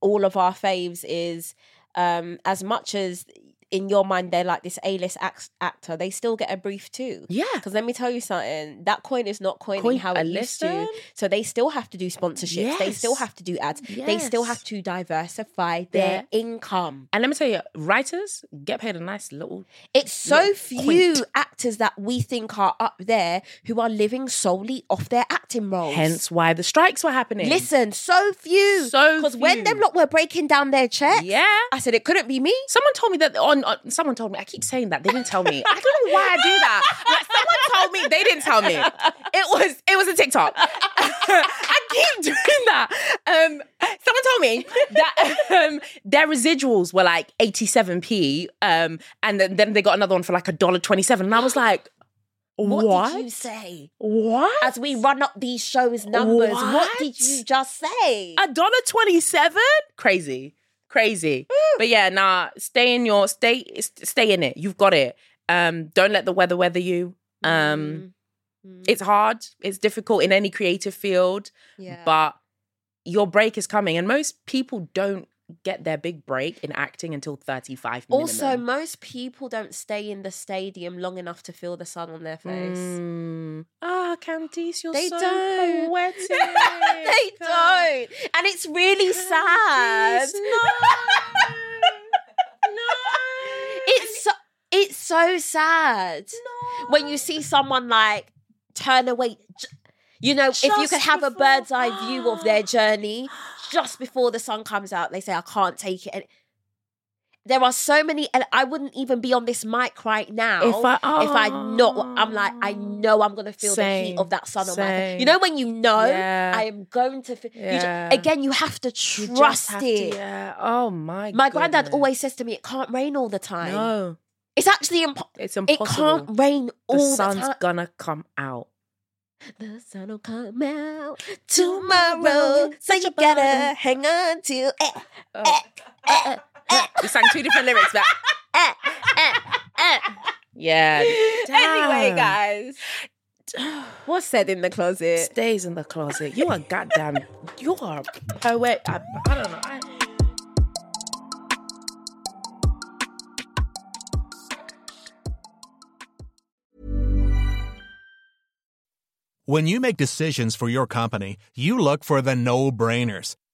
[SPEAKER 1] all of our faves is um, as much as in your mind they're like this A-list act- actor, they still get a brief too.
[SPEAKER 2] Yeah.
[SPEAKER 1] Because let me tell you something, that coin is not coining
[SPEAKER 2] Coin
[SPEAKER 1] how
[SPEAKER 2] a
[SPEAKER 1] it used
[SPEAKER 2] listen.
[SPEAKER 1] to. So they still have to do sponsorships. They
[SPEAKER 2] Yes.
[SPEAKER 1] still have to do ads. They still
[SPEAKER 2] Yes.
[SPEAKER 1] have to diversify their income.
[SPEAKER 2] And let me tell you, writers get paid a nice little
[SPEAKER 1] It's so few
[SPEAKER 2] quint.
[SPEAKER 1] actors that we think are up there who are living solely off their acting roles.
[SPEAKER 2] Hence why the strikes were happening.
[SPEAKER 1] Listen, so few.
[SPEAKER 2] So
[SPEAKER 1] because when
[SPEAKER 2] few.
[SPEAKER 1] them lot were breaking down their checks,
[SPEAKER 2] Yeah.
[SPEAKER 1] I said it couldn't be me.
[SPEAKER 2] Someone told me that on, on someone told me I keep saying that they didn't tell me. I don't know why I do that. Like someone told me they didn't tell me. It was it was a TikTok. <laughs> I keep doing that. Um, someone told me that um, their residuals were like 87p um, and then, then they got another one for like a dollar 27 and I was like what?
[SPEAKER 1] What, did you say?
[SPEAKER 2] What?
[SPEAKER 1] As we run up these shows numbers, what,
[SPEAKER 2] What?
[SPEAKER 1] did you just say?
[SPEAKER 2] A dollar twenty-seven? Crazy, crazy. But yeah, nah. Stay in your stay. Stay in it. You've got it. Um, don't let the weather weather you.
[SPEAKER 1] Mm.
[SPEAKER 2] Um, it's hard. It's difficult in any creative field,
[SPEAKER 1] yeah.
[SPEAKER 2] but your break is coming, and most people don't get their big break in acting until thirty-five. Minimum.
[SPEAKER 1] also, most people don't stay in the stadium long enough to feel the sun on their face.
[SPEAKER 2] Mm. Ah, Candice, you're
[SPEAKER 1] They
[SPEAKER 2] so
[SPEAKER 1] don't. <laughs>
[SPEAKER 2] poetic.
[SPEAKER 1] they don't, and it's really sad.
[SPEAKER 2] Candice,
[SPEAKER 1] <laughs>
[SPEAKER 2] no.
[SPEAKER 1] <laughs>
[SPEAKER 2] no.
[SPEAKER 1] It's so, it's so sad when you see someone like turn away. j- You know, if you
[SPEAKER 2] Just
[SPEAKER 1] could have a
[SPEAKER 2] before-
[SPEAKER 1] bird's eye view of their journey just before the sun comes out, they say, "I can't take it." And there are so many, and I wouldn't even be on this mic right now
[SPEAKER 2] If I-
[SPEAKER 1] if I not. I'm like, I know I'm gonna feel the
[SPEAKER 2] Same,
[SPEAKER 1] heat of that sun on my face.
[SPEAKER 2] same.
[SPEAKER 1] You know, when you know,
[SPEAKER 2] Yeah.
[SPEAKER 1] I am going to feel.
[SPEAKER 2] Yeah.
[SPEAKER 1] again, you have to trust
[SPEAKER 2] You just have
[SPEAKER 1] it.
[SPEAKER 2] to- yeah. Oh my.
[SPEAKER 1] My granddad
[SPEAKER 2] goodness.
[SPEAKER 1] always says to me, "It can't rain all the time."
[SPEAKER 2] No.
[SPEAKER 1] It's actually impo-
[SPEAKER 2] It's
[SPEAKER 1] It
[SPEAKER 2] impossible.
[SPEAKER 1] can't rain
[SPEAKER 2] the
[SPEAKER 1] all the,
[SPEAKER 2] sun's
[SPEAKER 1] time.
[SPEAKER 2] gonna come out.
[SPEAKER 1] the sun will come out tomorrow, so you gotta hang on to eh, it.
[SPEAKER 2] Oh.
[SPEAKER 1] eh,
[SPEAKER 2] <laughs> We sang two different lyrics,
[SPEAKER 1] <laughs>
[SPEAKER 2] but
[SPEAKER 1] eh.
[SPEAKER 2] yeah,
[SPEAKER 1] Anyway, <sighs>
[SPEAKER 2] Damn.
[SPEAKER 1] guys, what's said in the closet?
[SPEAKER 2] stays in the closet. You are goddamn. You
[SPEAKER 1] <laughs>
[SPEAKER 2] are a poet. I, I don't know. I-
[SPEAKER 3] When you make decisions for your company, you look for the no brainers.